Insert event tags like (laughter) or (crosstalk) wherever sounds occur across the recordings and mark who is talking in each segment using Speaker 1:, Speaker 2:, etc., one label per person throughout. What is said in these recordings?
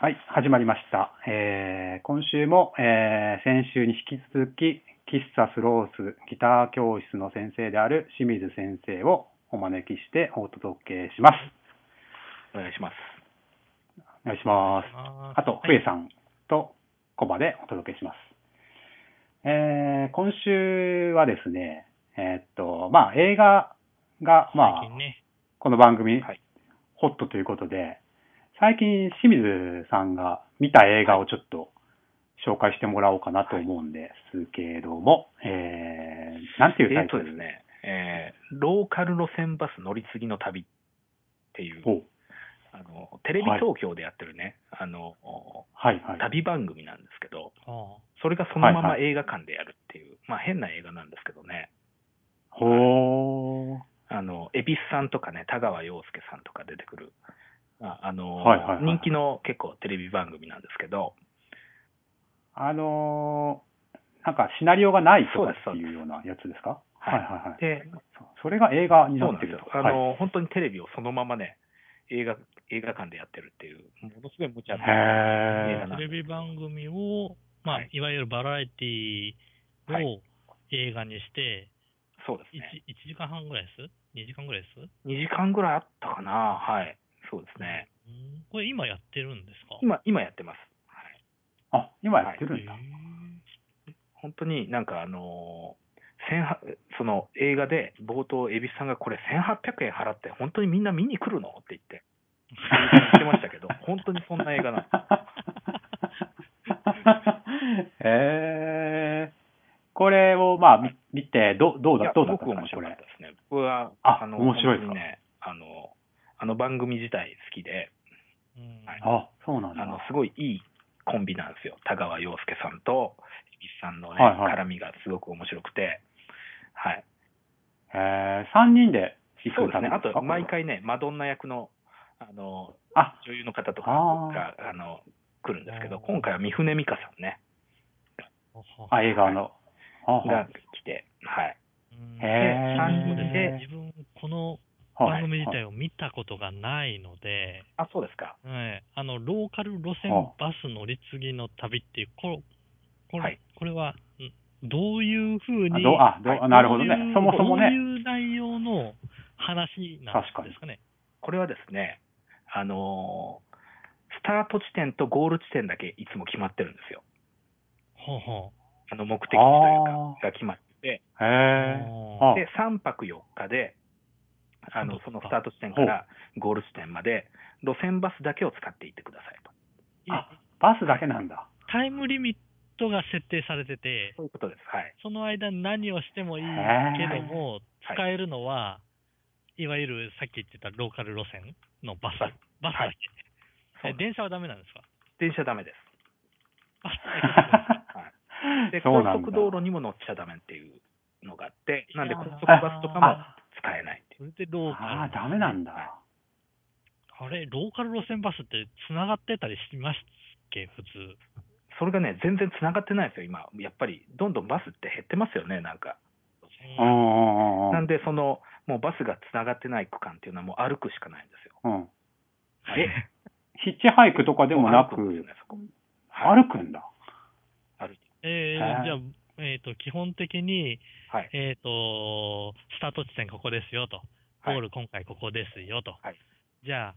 Speaker 1: はい、始まりました。えー、今週も、えー、先週に引き続き、喫茶スロースギター教室の先生である清水先生をお招きしてお届けします。
Speaker 2: お願いします。
Speaker 1: お願いします。あと、ふ
Speaker 2: はい
Speaker 1: えさんとコバでお届けします。えー、今週はですね、えーっと、まあ、映画が、まあ
Speaker 2: 最、近ね、
Speaker 1: この番組、
Speaker 2: はい
Speaker 1: ホットということで、最近清水さんが見た映画をちょっと紹介してもらおうかなと思うんですけども、えー、なんて
Speaker 2: え
Speaker 1: いうタイ
Speaker 2: ー
Speaker 1: ト
Speaker 2: と
Speaker 1: ル
Speaker 2: です。ね、えーローカル路線バス乗り継ぎの旅っていう、
Speaker 1: お
Speaker 2: あのテレビ東京でやってるね、あの、
Speaker 1: はいはい。
Speaker 2: 旅番組なんですけど、
Speaker 3: ああ
Speaker 2: それがそのま
Speaker 1: は
Speaker 2: ま
Speaker 1: い
Speaker 2: 映画館でやるっていう、まあ変な映画なんですけどね、
Speaker 1: ほー。
Speaker 2: あの、恵比寿さんとかね、田川陽介さんとか出てくる、ああの、
Speaker 1: はいはいはい
Speaker 2: 人気の結構テレビ番組なんですけど、
Speaker 1: あのー、なんかシナリオがないとか
Speaker 2: そう
Speaker 1: って
Speaker 2: で
Speaker 1: い
Speaker 2: す
Speaker 1: うようなやつですかは
Speaker 2: はい
Speaker 1: いはいはい。
Speaker 2: で、
Speaker 1: それが映画にな
Speaker 2: そうな
Speaker 1: っ
Speaker 2: ん
Speaker 1: て
Speaker 2: で
Speaker 1: る
Speaker 2: すよ
Speaker 1: と。。
Speaker 2: あ
Speaker 1: はい
Speaker 2: の、本当にテレビをそのままね、映画、映画館でやってるっていう、ものすごい無茶な
Speaker 1: へ
Speaker 2: 映画な
Speaker 3: テ
Speaker 2: ん
Speaker 3: レビ番組を、まあ、
Speaker 2: はい
Speaker 3: い、わゆるバラエティ
Speaker 2: は
Speaker 3: を映画にして、
Speaker 2: そうです
Speaker 3: 一
Speaker 2: ね。
Speaker 3: 一時間半ぐらいです ?2 時間ぐらいです
Speaker 2: 2時間ぐらいあったかな。はい。そうですね。
Speaker 3: うんこれ今やってるんですか
Speaker 2: 今、今やってます。はい。
Speaker 1: あ、今やってるんだ。
Speaker 3: へえ
Speaker 2: 本当になんかあのー千八その映画で冒頭、蛭子さんがこれ1800円払って、本当にみんな見に来るのって言って、言ってまし
Speaker 1: (laughs)
Speaker 2: たけど、本当にそんな映画なの。
Speaker 1: えー、これをまあ見見てどうどう
Speaker 2: い
Speaker 1: だ
Speaker 2: や
Speaker 1: どうだった
Speaker 2: すごく
Speaker 1: か
Speaker 2: 面
Speaker 1: な
Speaker 2: 白
Speaker 1: こ
Speaker 2: か
Speaker 1: れ
Speaker 2: った。ですね。僕は、
Speaker 1: あ
Speaker 2: の、
Speaker 1: 面白いですか
Speaker 2: 本当にね、あの、あの番組自体好きで、
Speaker 3: うん
Speaker 2: はい
Speaker 1: あそうなんだ。
Speaker 2: あの、すごいいいコンビなんですよ。田川陽介さんと、蛭子さんのね、
Speaker 1: はいはい
Speaker 2: 絡みがすごく面白くて、はい。
Speaker 1: えー、3人で行
Speaker 2: そう
Speaker 1: く
Speaker 2: です
Speaker 1: 旅
Speaker 2: ね、あ
Speaker 1: ですか
Speaker 2: と毎。回ね、マドンナ役のあの
Speaker 1: あ
Speaker 2: 女優の方とか
Speaker 1: あー
Speaker 2: があの来るんですけ
Speaker 3: あ
Speaker 2: ど、
Speaker 3: ー
Speaker 2: 今回は三船美佳さんね、
Speaker 3: はは
Speaker 1: あ映画の。あは
Speaker 2: が来て、はい、
Speaker 3: うん
Speaker 1: へ
Speaker 3: で
Speaker 1: え
Speaker 2: 三
Speaker 3: そうですね
Speaker 2: で
Speaker 3: 自分、この
Speaker 1: は
Speaker 3: 番組自
Speaker 1: はい
Speaker 3: 体を見たことがないので、
Speaker 2: あそうですか、
Speaker 3: はい、あのローカル路線
Speaker 1: あ
Speaker 3: バス乗り継ぎの旅っていう、ここれ,、
Speaker 2: はい
Speaker 3: これはんどういうふう
Speaker 1: あ
Speaker 3: に
Speaker 1: どうあどう
Speaker 2: は
Speaker 1: なるほどね
Speaker 3: ういう
Speaker 1: そもそも
Speaker 3: ど
Speaker 1: ね
Speaker 3: ういう内容の話なん
Speaker 1: 確かに
Speaker 3: ですかね。
Speaker 2: これはですね、あのースタート地点とゴール地点だけいつも決まってるんですよ、
Speaker 3: ほうほ
Speaker 2: あの目的地という
Speaker 1: あ
Speaker 2: か、が決まってて、
Speaker 1: へ
Speaker 3: う。
Speaker 1: え
Speaker 3: あ
Speaker 1: あ
Speaker 2: で3泊4日で、あのそのスタート地点か
Speaker 1: ほう
Speaker 2: らゴール地点まで、路線バスだけを使っていってくださいと、
Speaker 3: い
Speaker 1: あバスだけなんだ。
Speaker 3: タイムリミットが設定されてて、
Speaker 2: そういうことです。はい
Speaker 3: その間何をしてもいいけども、
Speaker 2: はい
Speaker 3: 使えるのは、いわゆるさっき言ってたローカル路線のバス、バスだけ。
Speaker 2: そう
Speaker 3: え電車はダメなんですか
Speaker 2: 電車ダメです。
Speaker 3: バスだけ
Speaker 2: はい、で
Speaker 1: (laughs) そう
Speaker 2: 高
Speaker 1: なんだ
Speaker 2: 速道路にも乗っちゃダメっていうのがあって、
Speaker 3: (laughs)
Speaker 2: なんで
Speaker 3: い
Speaker 2: 高
Speaker 3: やー
Speaker 2: 速バスとかも
Speaker 1: あ
Speaker 2: 使えないっていう。
Speaker 3: それでローカル。
Speaker 1: あーダメなんだ。
Speaker 3: あれ、ローカル路線バスって繋がってたりしますっけ、普通。
Speaker 2: それがね、全然つながってないんですよ、今。やっぱり、どんどんバスって減ってますよね、なんか。
Speaker 1: うんうんうんう
Speaker 2: なん
Speaker 1: ん。
Speaker 2: で、その、もうバスがつながってない区間っていうのはもう歩くしかないんですよ。
Speaker 1: うん。
Speaker 2: はい
Speaker 1: えヒッチハイクとかでもなく
Speaker 2: 歩くんですよね、そこ。はい、
Speaker 1: 歩くんだ。
Speaker 2: 歩いて
Speaker 3: え
Speaker 1: は
Speaker 3: ー、
Speaker 1: い
Speaker 3: じゃあ、えっ、と、基本的に、
Speaker 2: はい。
Speaker 3: えっ、と、スタート地点ここですよと、ゴ
Speaker 2: はい
Speaker 3: ール今回ここですよと。
Speaker 2: はい
Speaker 3: じゃあ、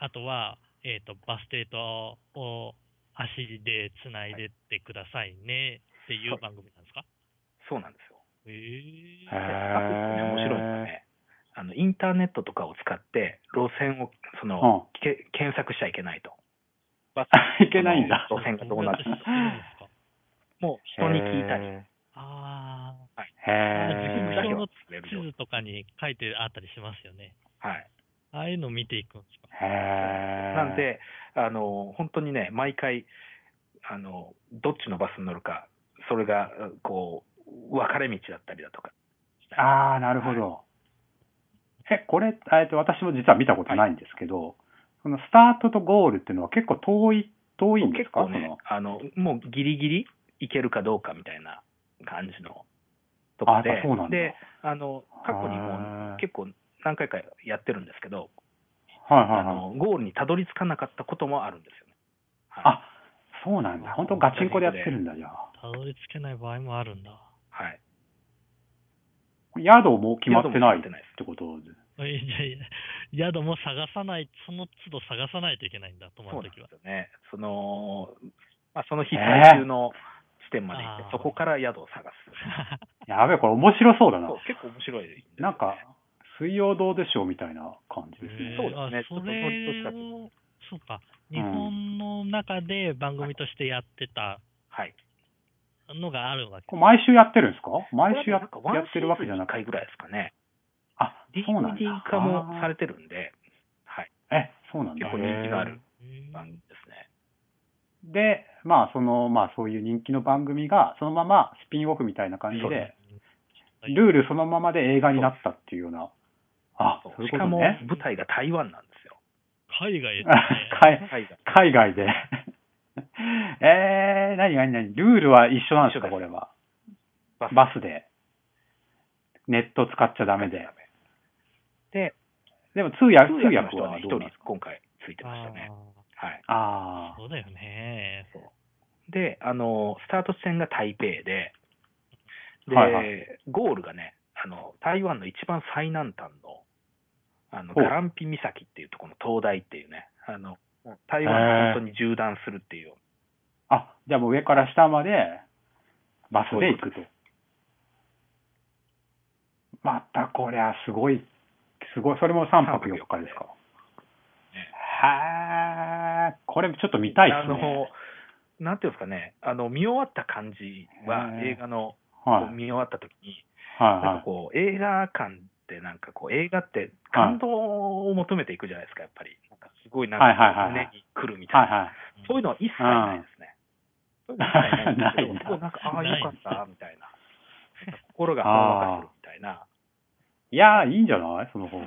Speaker 3: ああとは、えっ、と、バス停とを足でつないでってくださいねっていう番組なんですか、
Speaker 2: そうなんですよ。
Speaker 3: ええ
Speaker 1: へ
Speaker 2: で
Speaker 1: ー
Speaker 2: バスってね、面白いんですよね。あの、インターネットとかを使って、路線を、その、け検索しちゃいけないと。バス
Speaker 1: (laughs) いけないんだ。
Speaker 2: 路線がどうなって
Speaker 3: て
Speaker 2: る
Speaker 3: るんですか
Speaker 2: もう人に聞いたり、
Speaker 1: へ
Speaker 3: (laughs) ああ、
Speaker 1: ー。へ
Speaker 2: だ
Speaker 1: ー
Speaker 3: 自
Speaker 2: け
Speaker 3: 分
Speaker 2: は
Speaker 3: の
Speaker 2: 作れる
Speaker 3: 地
Speaker 2: よ。
Speaker 3: 図とかに書いてあったりしますよね。
Speaker 2: はい。
Speaker 3: ああいうの見ていくんですか
Speaker 1: へー。
Speaker 2: なんで、あの、本当にね、毎回、あの、どっちのバスに乗るか、それが、こう、分かれ道だったりだとか。
Speaker 1: ああ、なるほど。え、これ、えっと、私も実は見たことないんですけど、そのスタートとゴールっていうのは結構遠い、遠いんです
Speaker 2: 結
Speaker 1: か
Speaker 2: 構ね、あの、もうギリギリ行けるかどうかみたいな感じのとこで
Speaker 1: あそうなんだ、
Speaker 2: で、あの、過去に
Speaker 1: へー
Speaker 2: もう結構何回かやってるんですけど、
Speaker 1: その、はい
Speaker 2: あ
Speaker 1: はいはい。
Speaker 2: の、ゴールにたどり着かなかったこともあるんですよね。はい。
Speaker 1: あ、そうなんだ。本当ガチンコでやってるんだ、じゃあ。
Speaker 3: たどり着けない場合もあるんだ。
Speaker 2: はい。
Speaker 1: 宿も決まってないっ
Speaker 2: 宿も決まってないです
Speaker 1: てことで。
Speaker 3: えじゃあ宿も探さない、その都度探さないといけないんだ、泊ま
Speaker 2: そう
Speaker 3: る
Speaker 2: なんで
Speaker 3: と
Speaker 2: す
Speaker 3: きは。
Speaker 2: よね。その、まあ、その日
Speaker 1: えー
Speaker 2: 最終の地点まで行って、
Speaker 3: あー
Speaker 2: そこから宿を探す。
Speaker 1: やべえ、これ面白そうだな
Speaker 2: そう。、結構面白いですよね
Speaker 1: なんか、水曜どうでしょうみたいな感じですね。
Speaker 2: そうですね
Speaker 3: あそ
Speaker 2: ちょ
Speaker 3: れ
Speaker 2: っと
Speaker 3: を、そうか、
Speaker 1: うん
Speaker 3: 日本の中で番組としてやってた
Speaker 2: はい。
Speaker 3: のがあるわけ。
Speaker 1: これ毎週やってるんですか毎週や
Speaker 2: なんか
Speaker 1: やってるわけじゃなく
Speaker 2: ワン
Speaker 1: て。
Speaker 2: シーズン一回ぐらいですかね。
Speaker 1: あ、そうなんだ。
Speaker 2: DVD 化もされてるんで、はい。
Speaker 1: あーえ、そうなんだ。
Speaker 2: 結構人気があ
Speaker 1: へ
Speaker 2: る
Speaker 3: へー
Speaker 2: 番組で
Speaker 1: ー。
Speaker 2: すね。
Speaker 1: で、まあ、その、まあ、そういう人気の番組が、そのままスピンオフみたいな感じ
Speaker 2: そう
Speaker 1: で
Speaker 2: で、
Speaker 3: はい
Speaker 1: ルールそのままで映画になったっていうような。あ、そういう
Speaker 2: し
Speaker 1: こ
Speaker 2: か
Speaker 1: と
Speaker 2: も、
Speaker 1: ね。
Speaker 2: 舞台が台湾なんですよ。
Speaker 3: 海外ですね。
Speaker 1: 海 (laughs) 海
Speaker 2: 海外。
Speaker 1: 外で。えー、なになになにルールは一緒なんですか、
Speaker 2: 一緒
Speaker 1: こ
Speaker 2: で
Speaker 1: れは。
Speaker 2: バス
Speaker 1: バスで。ネット使っちゃダメで。
Speaker 2: で、
Speaker 1: でも通訳、
Speaker 2: 通
Speaker 1: 通
Speaker 2: 訳の
Speaker 1: 訳
Speaker 2: 人は
Speaker 1: は
Speaker 2: ね、一
Speaker 1: どう
Speaker 2: 人
Speaker 1: なんですか
Speaker 2: 今回ついてましたね。
Speaker 3: あ
Speaker 2: はい。
Speaker 1: ああ。
Speaker 3: ーそうだよね。
Speaker 2: で、あの、スタート地点が台北で、で、
Speaker 1: はいは
Speaker 2: ゴールがね、あの、台湾の一番最南端の、あの、
Speaker 1: ほう
Speaker 2: ガランピ岬っていうところの灯台っていうね、あの、台湾を本当に縦断するっていう、
Speaker 1: あ、じゃあもう上から下までバスで行くと。またこりゃすごい、すごい。それも3泊4日ですか。はー、これちょっと見たいで
Speaker 2: あ
Speaker 1: すね。
Speaker 2: の、なんていうんですかね、あの、見終わった感じは
Speaker 1: へ、ー
Speaker 2: 映画の、
Speaker 1: はい
Speaker 2: こう。見終わった時に、なん
Speaker 1: は
Speaker 2: かこう、映画館ってなんかこう、映画って感動を求めていくじゃないですか、やっぱり。なんかすごいなん
Speaker 1: はいはいはい
Speaker 2: か
Speaker 1: はい
Speaker 2: 胸に来るみ
Speaker 1: い
Speaker 2: たいな
Speaker 1: はい。。はい
Speaker 2: そういうのは一切ないですね。そういうのは一切ないですけ
Speaker 1: (laughs) ないんだ
Speaker 2: どなんか、ああ、
Speaker 3: ない
Speaker 2: よかった、みたいな。なんか心がほんわかするみたいな。
Speaker 1: いやー、いいんじゃないその方が。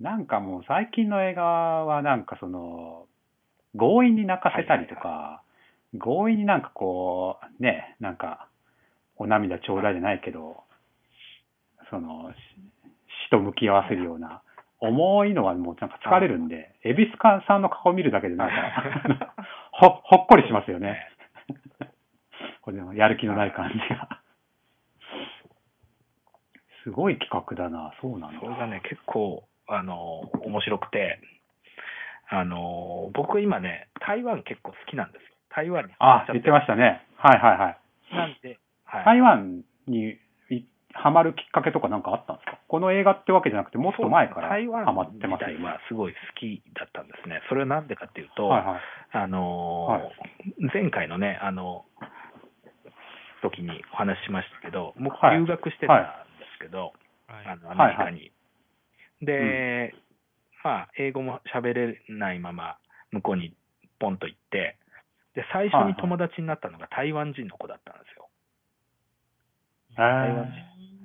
Speaker 1: なんかもう最近の映画はなんかその、強引に泣かせたりとか、強引になんかこう、ね、なんか、お涙ちょうだいじゃないけど、その、し死と向き合わせるような、重いのはもうなんか疲れるんで、エビスカさんの顔見るだけでなんか、 (laughs) ほ、ほっこりしますよね。これでもやる気のない感じが。すごい企画だな、そうなんだ。
Speaker 2: それがね、結構、あの、面白くて、あの、僕今ね、台湾結構好きなんですよ。台湾にハマ
Speaker 1: あ
Speaker 2: っ、ちゃ
Speaker 1: 言ってま
Speaker 2: し
Speaker 1: したね。はいはいはい。
Speaker 2: た。なんで、はい。
Speaker 1: 台湾にいハマるきっかけとかなんかあったんですかこの映画ってわけじゃなくて、もっと前から
Speaker 2: 台湾
Speaker 1: ハマってますよ
Speaker 2: 自
Speaker 1: ね。
Speaker 2: 体はすごい好きだったんですね。それはなんでかっていうと、
Speaker 1: はいはい。
Speaker 2: あのー
Speaker 1: はい
Speaker 2: 前回のね、あの、時にお話ししましたけど、僕
Speaker 1: はい
Speaker 2: 留学してたんですけど、
Speaker 3: はい
Speaker 2: あの、アメリカに。
Speaker 1: はいは
Speaker 2: で、まあ、英語も喋れないまま、向こうにポンと行って、で、最初に友達になったのが台湾人の子だったんですよ。
Speaker 1: え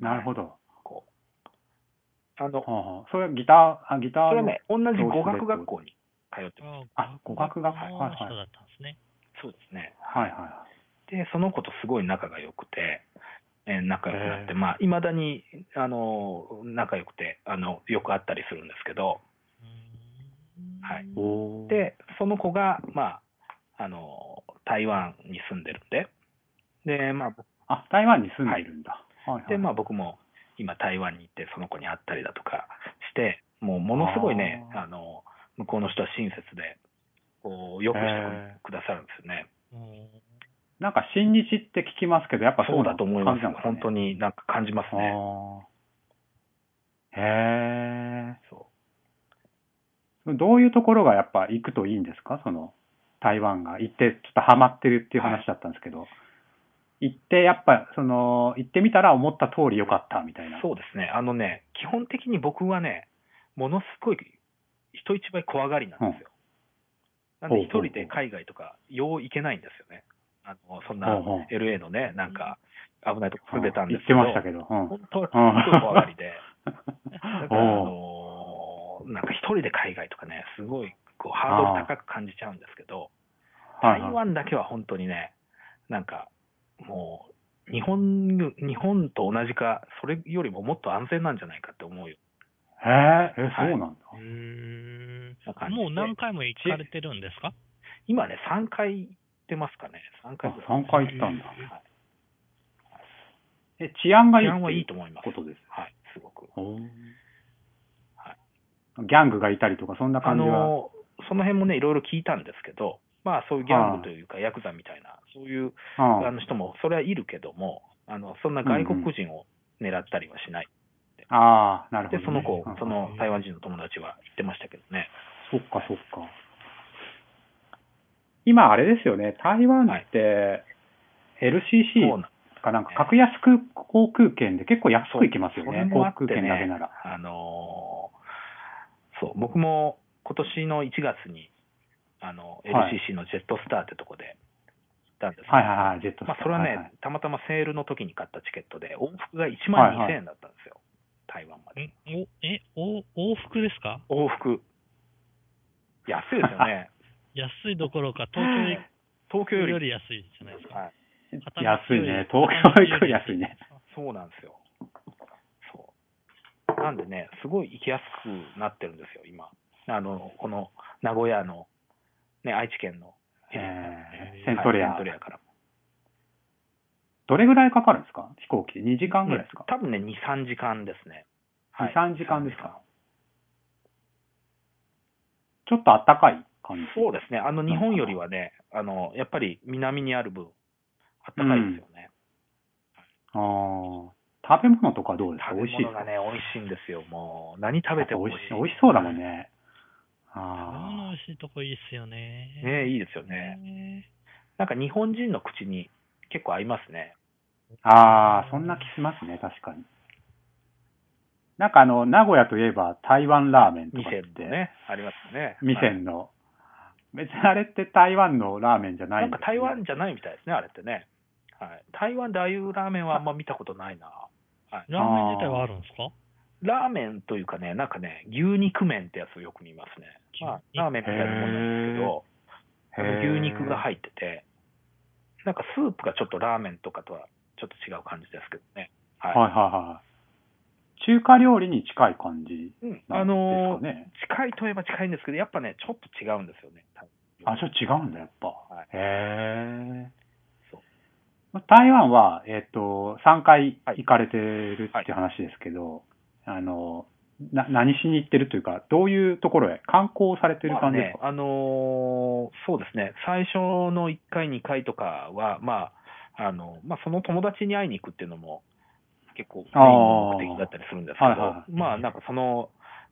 Speaker 1: ー、なるほど。は
Speaker 2: こう。あの、
Speaker 1: あはあそれはギター、あギター
Speaker 2: そ
Speaker 1: の
Speaker 2: れはね、同じ語学学校に通ってま
Speaker 1: あ語学学校
Speaker 3: の
Speaker 1: はいはい
Speaker 3: 人だったんですね。
Speaker 2: す。そうですね。
Speaker 1: はいは
Speaker 2: で、その子とすごい仲が良くて、えー仲良くなっ
Speaker 1: へー
Speaker 2: て、まあ、いまだに、あの、仲良くて、あの、よく会ったりするんですけど、はい
Speaker 1: い。おー、
Speaker 2: で、その子が、まあ、あの、台湾に住んでるんで、で、まあ、僕
Speaker 1: あ、台湾に住んでるんだ。はいはい。
Speaker 2: でまあ、僕も今台湾に行って、その子に会ったりだとかして、もう、ものすごいね、
Speaker 1: あー
Speaker 2: あの、向こうの人は親切で、こう、よくして
Speaker 1: へ
Speaker 2: くださるんですよね。
Speaker 3: うん
Speaker 1: なんか、新日って聞きますけど、やっぱ
Speaker 2: そうだと思います。本当
Speaker 1: に。
Speaker 2: になんか感じますね。
Speaker 1: あーへえ。
Speaker 2: そう
Speaker 1: どういうところがやっぱ行くといいんですかその台湾が行ってちょっとハマってるっていう話だったんですけど、行ってやっぱその行ってみたら思った通り良かったみたいな。
Speaker 2: そうですね、あのね、基本的に僕はね、ものすごい人一倍怖がりなんですよ。
Speaker 1: ん
Speaker 2: なんで、一
Speaker 1: ほうほうほう
Speaker 2: 人で海外とか、よう行けないんですよね。あのそんな
Speaker 1: ほうほう
Speaker 2: LA のね、なんか危ないとこ
Speaker 1: うん
Speaker 2: 住んでたんです
Speaker 1: 行ってましたけど。うん
Speaker 2: 本当はすごい怖がりで、だから、あ
Speaker 1: おう
Speaker 2: のなんか一人で海外とかね、すごいこうハードル高く感じちゃうんですけど、
Speaker 1: はい
Speaker 2: 台湾だけは本当にね、なんかもう、日本日本と同じか、それよりももっと安全なんじゃないかって思うよ
Speaker 1: へえ、え、
Speaker 2: はい
Speaker 1: そうなんだ。
Speaker 3: へー
Speaker 2: な感じで
Speaker 3: もう何回も行かれてるんですか
Speaker 2: 今ね、3回行ってますかね。3回ぐらい。
Speaker 1: あ3回行ったんだ
Speaker 2: はい
Speaker 1: え、治安がいい
Speaker 2: 治
Speaker 1: っ
Speaker 2: 安はいい
Speaker 1: て
Speaker 2: と思います。
Speaker 1: ことです。
Speaker 2: はい、すごく。
Speaker 1: おー
Speaker 2: は
Speaker 1: ギャングがいたりとか、そんな
Speaker 2: あ
Speaker 1: 感じは。
Speaker 2: のー、その辺もね、いろいろ聞いたんですけど、まあ、そういうギャングというか、ヤクザみたいな、そういう
Speaker 1: うん
Speaker 2: あの人も、それはいるけども、あの、そんな外国人を狙ったりはしない。
Speaker 1: ああ、なるほど
Speaker 2: で
Speaker 1: ね、、
Speaker 2: その子
Speaker 1: うん、
Speaker 2: その台湾人の友達は言ってましたけどね。
Speaker 1: そっかそっか。今、あれですよね、台湾って、
Speaker 2: そう
Speaker 1: LCC
Speaker 2: な
Speaker 1: かなんか、格安空航空券で結構安
Speaker 2: そう
Speaker 1: く行きますよ
Speaker 2: それ
Speaker 1: ね、
Speaker 2: も
Speaker 1: 航
Speaker 2: あって
Speaker 1: 空券だけなら。
Speaker 2: あのーそう、僕も今年の1月に、あの、
Speaker 1: はい
Speaker 2: LCC のジェットスターってとこで行ったんですけど
Speaker 1: はいはいはい、ジェットスタ
Speaker 2: ま
Speaker 1: ー
Speaker 2: あ、それはね、
Speaker 1: いい
Speaker 2: たまたまセールの時に買ったチケットで、往復が1
Speaker 1: はい
Speaker 2: 万
Speaker 1: はい
Speaker 2: 2000円だったんですよ、台湾まで。
Speaker 3: んおえお往復ですか
Speaker 2: 往復。安いです
Speaker 1: (laughs)
Speaker 2: よね。
Speaker 3: 安いどころか、東
Speaker 2: 東
Speaker 3: 京
Speaker 2: 京
Speaker 3: よ
Speaker 2: より。
Speaker 3: り安いじゃないですか。
Speaker 2: はい、
Speaker 1: 安いね、東京行くより安い
Speaker 2: (laughs)
Speaker 1: ね。
Speaker 2: そうなんですよ。そう。なんでね、すごい行きやすくなってるんですよ、今。あの、この名古屋の、ね、愛知県の、
Speaker 1: えー、セ
Speaker 3: セ
Speaker 1: ントレア、
Speaker 2: はいセントレアから。
Speaker 1: どれぐらいかかるんですか飛行機で。2時間ぐらいですか、
Speaker 2: 多分ね、2、3時間ですね。
Speaker 1: ?2、3時間ですかちょっとあったかい感じ。
Speaker 2: そうですね、あの日本よりはね、あのやっぱり南にある分、あったかいですよね。
Speaker 1: あー食べ物とかどうですか美味しい
Speaker 2: 食べ
Speaker 1: ですか
Speaker 2: 物がね、美味しいんですよ、もう、何食べても
Speaker 1: 美
Speaker 2: 美
Speaker 1: 味
Speaker 2: 味し
Speaker 1: し
Speaker 2: い。
Speaker 1: 美味しそうだもんね。
Speaker 3: あ
Speaker 1: あ
Speaker 3: の美味しいとこいいっすよね。
Speaker 2: ね、いいですよね。なんか日本人の口に結構合いますね。
Speaker 1: あああ、そんな気しますね、確かに。なんかあの、名古屋といえば台湾ラーメンとかって
Speaker 2: 店、のね、ありますよね。
Speaker 1: 味
Speaker 2: はい
Speaker 1: 仙の。別にあれって台湾のラーメンじゃない
Speaker 2: なん
Speaker 1: ん
Speaker 2: か
Speaker 1: です
Speaker 2: 台
Speaker 1: ね
Speaker 2: 湾じゃないみたいですね、あれってね。はい、台湾でああいうラーメンはあんま見たことないな。
Speaker 3: ラーメン自体はあるんですか
Speaker 2: ラーメンというかね、なんかね、牛肉麺ってやつをよく見ますね。まあ、ラーメンみたいなもんなんですけ
Speaker 1: へ
Speaker 2: ど、あの
Speaker 1: へー
Speaker 2: 牛肉が入ってて、なんかスープがちょっとラーメンとかとはちょっと違う感じですけどね。はい。
Speaker 1: はいはいはい。中華料理に近い感じ
Speaker 2: うん、
Speaker 1: な
Speaker 2: あ
Speaker 1: んですか
Speaker 2: のー
Speaker 1: ね。
Speaker 2: 近いといえば近いんですけど、やっぱね、ちょっと違うんですよね。多分
Speaker 1: あ、ちょっと違うんだ、やっぱ。
Speaker 2: はい
Speaker 1: へ
Speaker 2: そう
Speaker 1: え。台湾は、えっ、と、3回行かれてるっていう話ですけど、あの、な、何しに行ってるというか、どういうところへ観光されてる感じですか、
Speaker 2: まあね、あのーそうですね、最初の1回、2回とかは、まあ、あの、まあ、その友達に会いに行くっていうのも、結構、メインの目的だったりするんですけど、
Speaker 1: あーはいはい
Speaker 2: まあ、なんかその、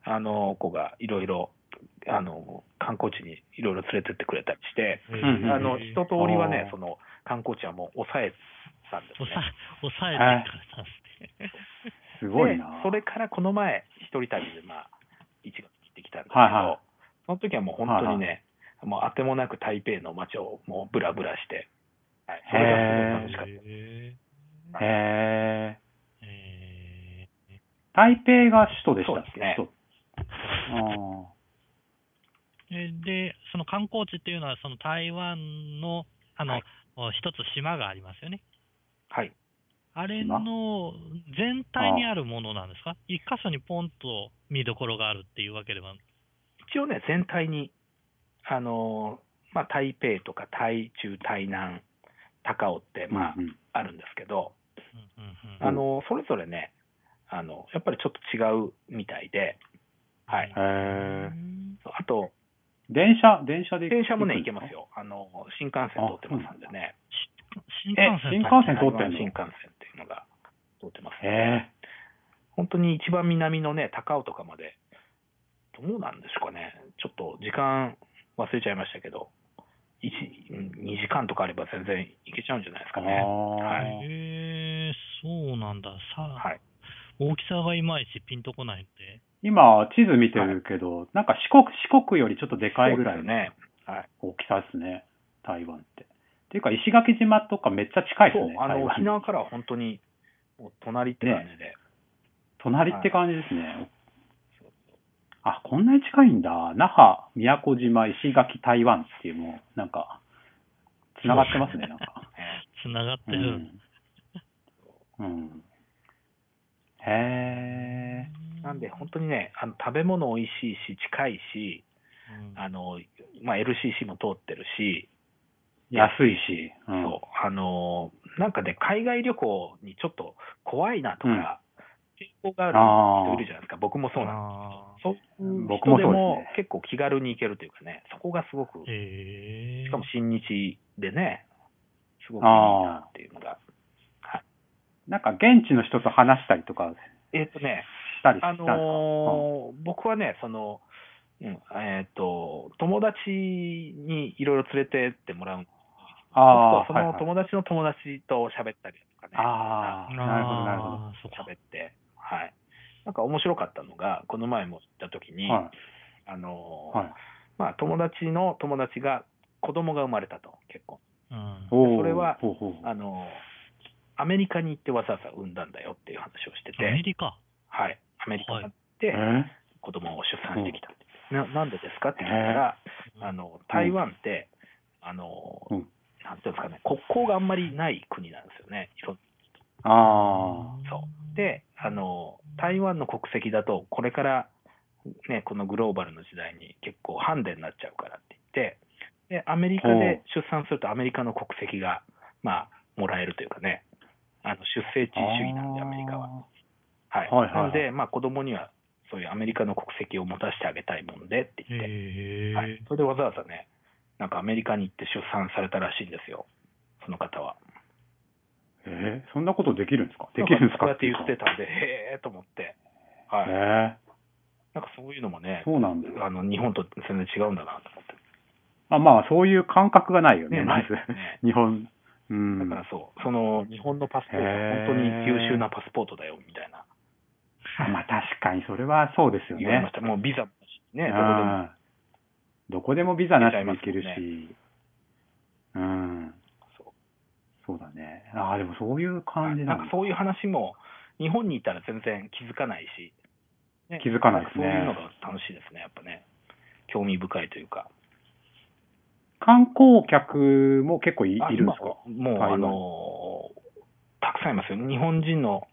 Speaker 2: あの子がいろいろ、あの、観光地にいろいろ連れてってくれたりして、
Speaker 1: うんうん
Speaker 2: あの、一通りはね
Speaker 1: あー、
Speaker 2: その、観光地はもう抑えたんです
Speaker 3: 抑
Speaker 2: ね。
Speaker 3: え、抑えてからなんですね。
Speaker 1: すごいな
Speaker 2: で。それからこの前、一人旅で、まあ、一月行ってきたんですけど、
Speaker 1: はいはい
Speaker 2: その時はもう本当に
Speaker 1: は
Speaker 2: ね、もう当てもなく台北の街をもうブラブラして、はい、そ
Speaker 1: へ
Speaker 2: れ
Speaker 1: ー
Speaker 2: がすごく楽しかったです。
Speaker 3: へ
Speaker 1: へえ。
Speaker 3: ーえ
Speaker 1: 台北が首都でしたっけ
Speaker 2: そうですね
Speaker 1: 首都あ
Speaker 3: ーえーで、その観光地っていうのは、その台湾の、あの、
Speaker 2: はい
Speaker 3: お一つ島がありますよね。
Speaker 2: はい。
Speaker 3: あれの全体にあるものなんですか一箇所にポンと見どころがあるっていうわけでは。
Speaker 2: 一応ね、全体に、あのーまあ、台北とか台中、台南、高尾って、
Speaker 1: ー
Speaker 2: (laughs) まあ
Speaker 1: う、んうん
Speaker 2: あるんですけど、
Speaker 3: うんうんうん
Speaker 2: あのーそれぞれね、あの、やっぱりちょっと違うみたいで、はい。
Speaker 1: へえ。
Speaker 2: あと、
Speaker 1: 電車、電車で
Speaker 2: 電車もね、行
Speaker 1: く
Speaker 2: け
Speaker 1: んで
Speaker 2: ますよ。あの、新幹線通ってますんでね。
Speaker 3: 新幹
Speaker 1: え
Speaker 3: 線
Speaker 1: 新幹線
Speaker 2: 台
Speaker 1: 通
Speaker 2: 湾
Speaker 1: ってんの
Speaker 2: 新幹線っていうのが通ってます、
Speaker 1: すか。へえ。
Speaker 2: 本当に一番南のね、高尾とかまで、どうなんですかね、ちょっと時間忘れちゃいましたけど、1、2時間とかあれば全然行けちゃうんじゃないですかね。
Speaker 1: あ
Speaker 2: は
Speaker 1: ー
Speaker 2: い。
Speaker 3: へえそうなんだ。さあ、
Speaker 2: はい、
Speaker 3: 大きさがいまいちピンとこないんで。
Speaker 1: 今、地図見てるけど、なんか四国、四国よりちょっとでかいぐら
Speaker 2: そ
Speaker 1: いうの
Speaker 2: ですね。はい。
Speaker 1: 大きさですね、台湾って。っていうか、石垣島とかめっちゃ近いで
Speaker 2: そ
Speaker 1: す
Speaker 2: う
Speaker 1: ね、、
Speaker 2: あ
Speaker 1: 台
Speaker 2: の、沖
Speaker 1: 湾。
Speaker 2: 縄からは本当に、もう隣って感じで。
Speaker 1: 隣って感じですね。あ、こんなに近いんだ。那覇、宮古島、石垣、台湾っていうもう、なんか、つながってますね、なんか。
Speaker 2: ね
Speaker 3: つながって
Speaker 1: う
Speaker 3: る。
Speaker 1: ん。
Speaker 2: (laughs)
Speaker 1: うん、へえ。
Speaker 2: なんで、本当にね、あの食べ物美味しいし、近いし、
Speaker 3: うん
Speaker 2: あの、まあ、LCC も通ってるし、
Speaker 1: 安いし。うん。
Speaker 2: そう、あのーなんかね、海外旅行にちょっと怖いなとか、抵抗がある人いるじゃないですか、僕もそうなんで
Speaker 3: あ
Speaker 2: す。そういう
Speaker 1: 僕もそうですね
Speaker 2: 人でも結構気軽に行けるというかね、そこがすごく
Speaker 3: ー、へえ
Speaker 2: しかも新日でね、すごくいいなっていうのが。
Speaker 1: なんか現地の人と話したりとか
Speaker 2: えっ、とね、
Speaker 1: したりした
Speaker 2: あ
Speaker 1: んですか、
Speaker 2: のー僕はね、その、うん、えっ、と、友達にいろいろ連れてってもらうん
Speaker 1: ああ、
Speaker 2: そうするとそ
Speaker 1: はい
Speaker 2: の
Speaker 1: はい
Speaker 2: 友達の友達と喋ったりとかね、
Speaker 1: ああ、なるほど、なるほど。
Speaker 3: あーそうか。
Speaker 2: 喋って、はい。なんか面白かったのが、この前も行った時に、
Speaker 1: は
Speaker 2: あの
Speaker 1: い。はい。
Speaker 2: まあ友達の友達が子供が生まれたと、結婚。
Speaker 3: うん。
Speaker 1: おー
Speaker 2: それは
Speaker 1: ほうほう
Speaker 2: あのアメリカに行ってわざわざ産んだんだよっていう話をして
Speaker 3: アメ
Speaker 2: て、
Speaker 3: リカ。
Speaker 2: はい、アメリカに行っ
Speaker 1: え
Speaker 2: て
Speaker 1: ー
Speaker 2: 子供を出産してきたって、ななんでですかって聞いたら、あの台湾って、あの、
Speaker 1: うん
Speaker 2: なんていうんですかね、国交があんまりない国なんですよね、いろん
Speaker 1: あ
Speaker 2: そう。で、あの、台湾の国籍だと、これから、ね、このグローバルの時代に結構ハンデになっちゃうからって言って、で、アメリカで出産するとアメリカの国籍が、まあ、もらえるというかね、あの出生地
Speaker 1: あ。
Speaker 2: 主義なんで、アメリカは。
Speaker 1: は。
Speaker 2: はい。
Speaker 1: はいはいはい
Speaker 2: なんで、まあ、子供には、そういうアメリカの国籍を持たせてあげたいもんでって言って、
Speaker 3: へえ、
Speaker 2: はい、それでわざわざね、なんかアメリカに行って出産されたらしいんですよ、その方は。
Speaker 1: えーそんなことできるんですかできるんですか
Speaker 2: なんそうやって言って
Speaker 1: た。
Speaker 2: たんで、へえーと思って、はい。
Speaker 1: え
Speaker 2: なんかそういうのもね
Speaker 1: ー、そうなんだ。
Speaker 2: あの日本と全然違うんだなと思って。
Speaker 1: あ、まあ、そういう感覚がないよね、
Speaker 2: ね
Speaker 1: まず
Speaker 2: ないね。
Speaker 1: (laughs) 日本。う
Speaker 2: だ
Speaker 1: ん。
Speaker 2: からそう、その日本のパスポート
Speaker 1: へー
Speaker 2: は本当に優秀なパスポートだよみたいな
Speaker 1: あまあ、確かに、それはそうですよ
Speaker 2: 言われま
Speaker 1: ね
Speaker 2: し。た。もうビザもね、どこでも。
Speaker 1: ああどこでもビザなしで行ける
Speaker 2: 出ちゃいます
Speaker 1: し、うん、
Speaker 2: そう
Speaker 1: そうだね。ああ、でもそういう感じな
Speaker 2: な
Speaker 1: んんだ
Speaker 2: か。そういう話も、日本にいたら全然気づかないし、ね
Speaker 1: 気づかないですね
Speaker 2: んかそういうのが楽しいですね、やっぱね。興味深いというか。
Speaker 1: 観光客も結構いい
Speaker 2: あ
Speaker 1: いるんですか
Speaker 2: 今も
Speaker 1: 台
Speaker 2: う、
Speaker 1: 湾
Speaker 2: あのーたくさんいますよ。日本人の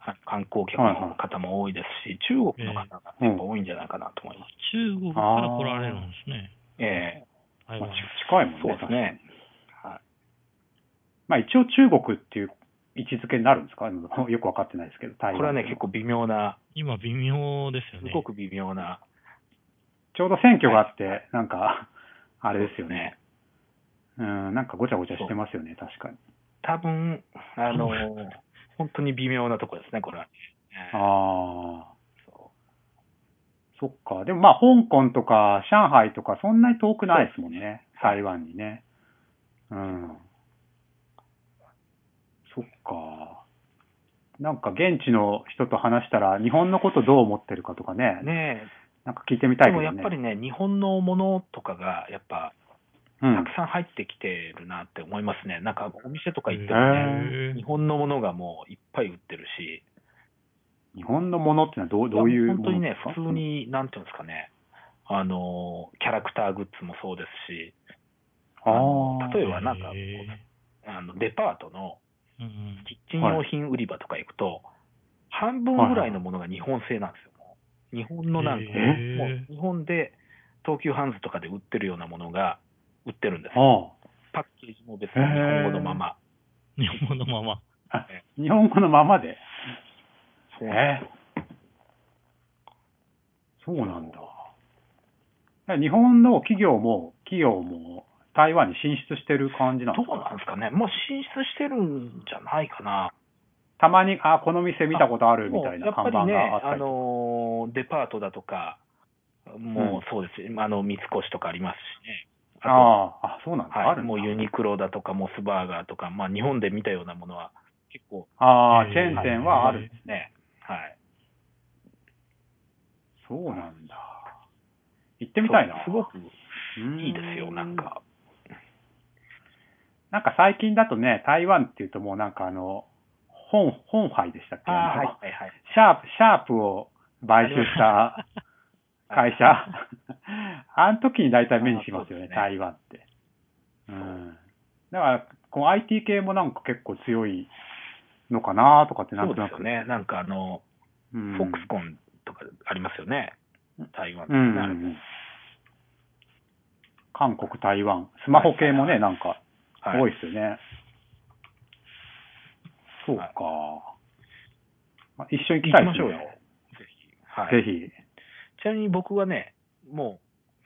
Speaker 2: あ観光客の方も多いですし、中国の方がやっぱ多いんじゃないかなと思います。
Speaker 3: 中国から来られるんですね。
Speaker 2: ええ
Speaker 3: 台
Speaker 1: まあ
Speaker 3: 湾。
Speaker 1: ち近いもんね。
Speaker 2: そうですね。はい
Speaker 1: まあ一応中国っていう位置づけになるんですか (laughs) よくわかってないですけど、台
Speaker 2: これは
Speaker 1: 湾。
Speaker 2: ね、結構微妙な、
Speaker 3: 今微妙ですよ
Speaker 2: す
Speaker 3: ね。
Speaker 2: ごく微妙な、
Speaker 1: ちょうど選挙があって、なんか、あれですよね。
Speaker 2: ね。
Speaker 1: うん、なんかごちゃごちゃしてますよね、確かに。
Speaker 2: 多分、
Speaker 1: (laughs)
Speaker 2: あの
Speaker 3: う、
Speaker 2: 本当に微妙なとこですね、これは。
Speaker 1: ああ。
Speaker 2: そ
Speaker 1: そっか。でもまあ、香港とか上海とか、そんなに遠くないですもんね。台湾にね。うん。そっか。なんか現地の人と話したら、日本のことどう思ってるかとかね。
Speaker 2: うね
Speaker 1: なんか聞いてみた
Speaker 2: え、
Speaker 1: い
Speaker 2: で
Speaker 1: けど
Speaker 2: も
Speaker 1: ね。
Speaker 2: やっぱりね、日本のものとかが、やっぱ、
Speaker 1: う
Speaker 2: た
Speaker 1: ん
Speaker 2: く。さん入ってきてるなって思いますね。なんか、お店とか行ってもね、
Speaker 1: へ
Speaker 3: え
Speaker 2: 日本のものがもういっぱい売ってるし、
Speaker 1: 日本のものってのはどうどういうも
Speaker 2: 本当に
Speaker 1: ので
Speaker 2: ね
Speaker 1: すか、
Speaker 2: 普通。に、なんていうんですかね、あの、キャラクターグッズもそうですし、
Speaker 1: あ
Speaker 2: あの
Speaker 1: あ。
Speaker 2: 例えばなんか、
Speaker 3: へ
Speaker 2: あのデパートの、
Speaker 3: ーうん
Speaker 2: キッチン用品売り場とか行くと、半分ぐらいのものが日本製なんですよ。もう日本のなんか、
Speaker 3: へー
Speaker 2: もう日本で東急ハンズとかで売ってるようなものが売ってるんですよ。
Speaker 1: あ
Speaker 2: パッケージも別に日本語のまま。
Speaker 3: 日本のまま。
Speaker 1: ああ日本語のままで。
Speaker 2: そう
Speaker 1: えそうなんだ。だから日本の企業も、企業も台湾に進出してる感じなん
Speaker 2: ど
Speaker 1: です
Speaker 2: う
Speaker 1: か
Speaker 2: なんですかね、もう進出してるんじゃないかな。
Speaker 1: たまに、あ、この店見たことあるみ
Speaker 2: も
Speaker 1: た
Speaker 2: う
Speaker 1: い
Speaker 2: や
Speaker 1: な
Speaker 2: っぱ
Speaker 1: 看
Speaker 2: り
Speaker 1: 板
Speaker 2: ね
Speaker 1: があっ、た
Speaker 2: あ
Speaker 1: りとか。
Speaker 2: のーデパートだとか、もうそうですし、あの三越とかありますしね。と
Speaker 1: ああ、あ、そうなんだ。あ
Speaker 2: はい、
Speaker 1: るん
Speaker 2: もう
Speaker 1: だ。
Speaker 2: ユニクロだとか、モスバーガーとか、まあ、日本で見たようなものは結構
Speaker 1: ああ、
Speaker 3: えー
Speaker 1: チェーン店はある。
Speaker 2: ね。はい。
Speaker 1: そうなんだ。行ってみたいな。
Speaker 2: すごく
Speaker 1: うん
Speaker 2: いいですよ、なん。か。
Speaker 1: なんか最近だとね、台湾っていうともうなんかあの、本、本杯でしたっけあの
Speaker 2: はいはいはい。
Speaker 1: シャープ、シャープを買収した会社、 (laughs) あの時に大体目にしますよね、
Speaker 2: あそうです
Speaker 1: 台湾って。うん。だから、こう IT 系もなんか結構強いのかなとかってなん
Speaker 2: そう
Speaker 1: とな
Speaker 2: です
Speaker 1: く。
Speaker 2: よね。なんかあの、
Speaker 1: うん
Speaker 2: フォックスコンとかありますよね。台湾
Speaker 1: うんう
Speaker 2: なん
Speaker 1: うん韓国、台湾、スマホ系もね、なんか
Speaker 2: はい
Speaker 1: 多いっすよね。そうか。まあ一緒に行き
Speaker 2: 行
Speaker 1: たいで
Speaker 2: きますしょうよ。
Speaker 1: ね。
Speaker 2: ぜひ。は
Speaker 1: ぜ
Speaker 2: い。
Speaker 1: ひ。
Speaker 2: ちなみに僕はね、も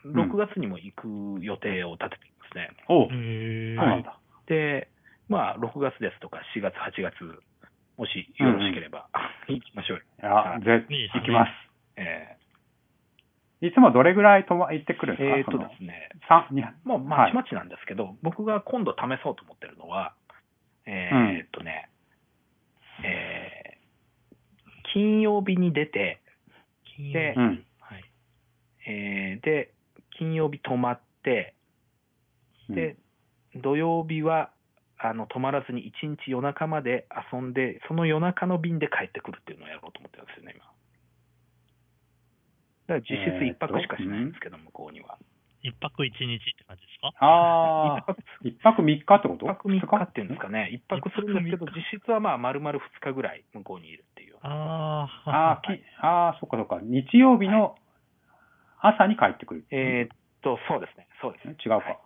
Speaker 2: う、
Speaker 1: うん
Speaker 2: 6月にも行く予定を立てていますね。
Speaker 1: おう、
Speaker 3: へ
Speaker 1: そうなん
Speaker 3: ー。
Speaker 1: だ。
Speaker 2: で、まあ、6月ですとか、4月、8月、もしよろしければ、 (laughs) 行きましょうよ。
Speaker 1: いや、ぜ
Speaker 3: いいですね
Speaker 1: 行きま
Speaker 2: え
Speaker 1: す。いつもどれぐらいとま行ってくるん
Speaker 2: ー、
Speaker 1: で
Speaker 2: え
Speaker 1: す
Speaker 2: ー
Speaker 1: か
Speaker 2: とですね、
Speaker 1: その三二
Speaker 2: まあ、まちまちなんですけど、僕が今度試そうと思ってるのは、えーっとね、えー金曜日に出て、
Speaker 3: 金
Speaker 1: う
Speaker 2: で
Speaker 3: 曜
Speaker 1: ん。
Speaker 3: はい。
Speaker 2: えーで、金曜日泊まって、
Speaker 1: うん
Speaker 2: で、土曜日は、あの、泊まらずに一日夜中まで遊んで、その夜中の便で帰ってくるっていうのをやろうと思ってるんですよね、今。だから実質一泊しかしないんですけど、向こうには。
Speaker 3: 一泊一日って感じですか
Speaker 1: ああ、一泊三日ってこと
Speaker 2: 一泊三日っていうんですかね、一泊するんですけど、
Speaker 3: 一泊三
Speaker 2: 実質はまあ、丸々二日ぐらい向こうにいるっていう。
Speaker 3: ああ、
Speaker 1: ああ、き、ああ、そっかそっか。日曜日の朝に帰ってくる。
Speaker 2: えーっと、そうですね、そうです
Speaker 1: 違
Speaker 2: ね。
Speaker 1: うか。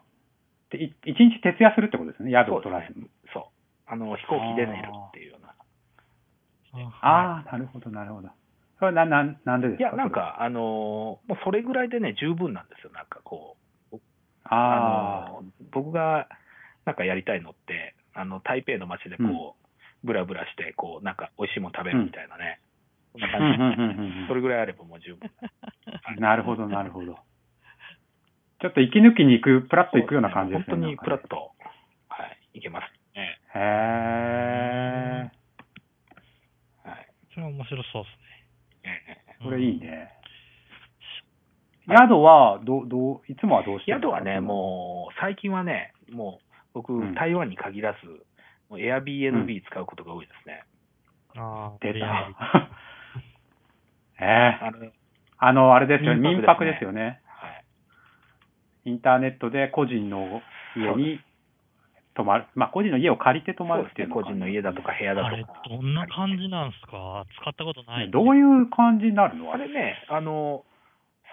Speaker 1: で、い一日徹夜するってことですね。宿を取らずに。
Speaker 2: そう。あの、飛行機で寝るっていうような。
Speaker 1: あ
Speaker 3: あ
Speaker 1: あ、なるほど、なるほど。それな、なん、なんでです
Speaker 2: い
Speaker 1: か
Speaker 2: や、なん。か、あのーもうそれぐらいでね、十分なんですよ、なんかこ
Speaker 1: そ
Speaker 2: う。
Speaker 1: れああ、
Speaker 2: のー僕がなんかやりたいのって、あの、台北の街でこう、ブラブラして、こう、なんか美味しいもの食べるみたいなね。そんな
Speaker 1: うんうん
Speaker 2: 感
Speaker 1: うん
Speaker 2: じ。
Speaker 1: う
Speaker 2: そ
Speaker 1: ん
Speaker 2: れぐらいあればもう十分。
Speaker 1: うん。なるほど、なるほど。ちょっと息抜きに行く、プラッと行くような感じですね。
Speaker 2: 本当
Speaker 1: なん
Speaker 2: にプ
Speaker 1: か
Speaker 2: ラ
Speaker 1: ね
Speaker 2: ッと、はい、いけますね。
Speaker 1: へえ。
Speaker 2: はい。
Speaker 3: それは面白そうですね。
Speaker 1: これいいね。
Speaker 2: うん
Speaker 1: 宿は、ど、どう、いつもはどうしてるんですか
Speaker 2: 宿はね、もう、最近はね、もう、僕、
Speaker 1: うん
Speaker 2: 台湾に限らず、もう Airbnb 使うことが多いですね。
Speaker 3: うん。ああ、
Speaker 1: 出
Speaker 2: (laughs)
Speaker 3: いや
Speaker 1: た。ええ
Speaker 2: あの、
Speaker 1: あの、あれですよね、民
Speaker 2: 民
Speaker 1: 泊
Speaker 2: 泊
Speaker 1: で
Speaker 2: です
Speaker 1: す
Speaker 2: ね
Speaker 1: よね。
Speaker 2: はい。
Speaker 1: インターネットで個人の家に泊まる。まあ、個人の家を借りて泊ま
Speaker 2: そ
Speaker 1: る
Speaker 2: うで
Speaker 1: っ
Speaker 2: す
Speaker 1: てい
Speaker 2: ね、
Speaker 1: うの
Speaker 2: 個
Speaker 1: か
Speaker 2: 人の家だとか部屋だ
Speaker 3: あ
Speaker 2: と
Speaker 3: れ
Speaker 2: か、。
Speaker 3: どんな感じなんですか使ったことない。
Speaker 1: ねどう
Speaker 3: いう
Speaker 1: いう感じになるの
Speaker 2: あ
Speaker 1: あ
Speaker 2: れ
Speaker 1: れ。
Speaker 2: ね、あの、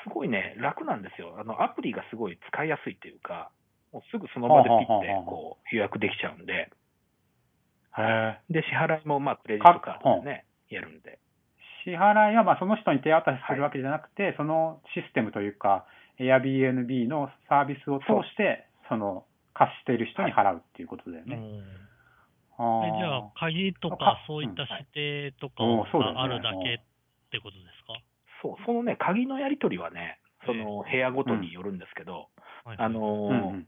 Speaker 2: すごいね、楽なんですよ。あの、アプリがすごい使いやすいというか、もうすぐその場でピッて
Speaker 1: はあはあはあはあ
Speaker 2: こう予約できちゃうんで、
Speaker 1: へえ
Speaker 2: で、支払いもまあクレジットカードでね、やるんで。
Speaker 1: 支払いは、まあ、その人に手渡しするわけじゃなくて、そのシステムというか、Airbnb のサービスを通して、その、貸している人に払うっていうことだよ
Speaker 3: う
Speaker 1: ね。
Speaker 3: ん
Speaker 1: あ
Speaker 3: え
Speaker 1: ー
Speaker 3: じゃあ、鍵と
Speaker 1: か
Speaker 3: かそういった指定とか
Speaker 1: うんそうだよね
Speaker 3: があるだけってことですか
Speaker 2: そう、そのね、鍵のやり取りはね、その部屋ごとによるんですけど、
Speaker 3: はい
Speaker 2: あの
Speaker 1: う
Speaker 2: ー
Speaker 1: んうん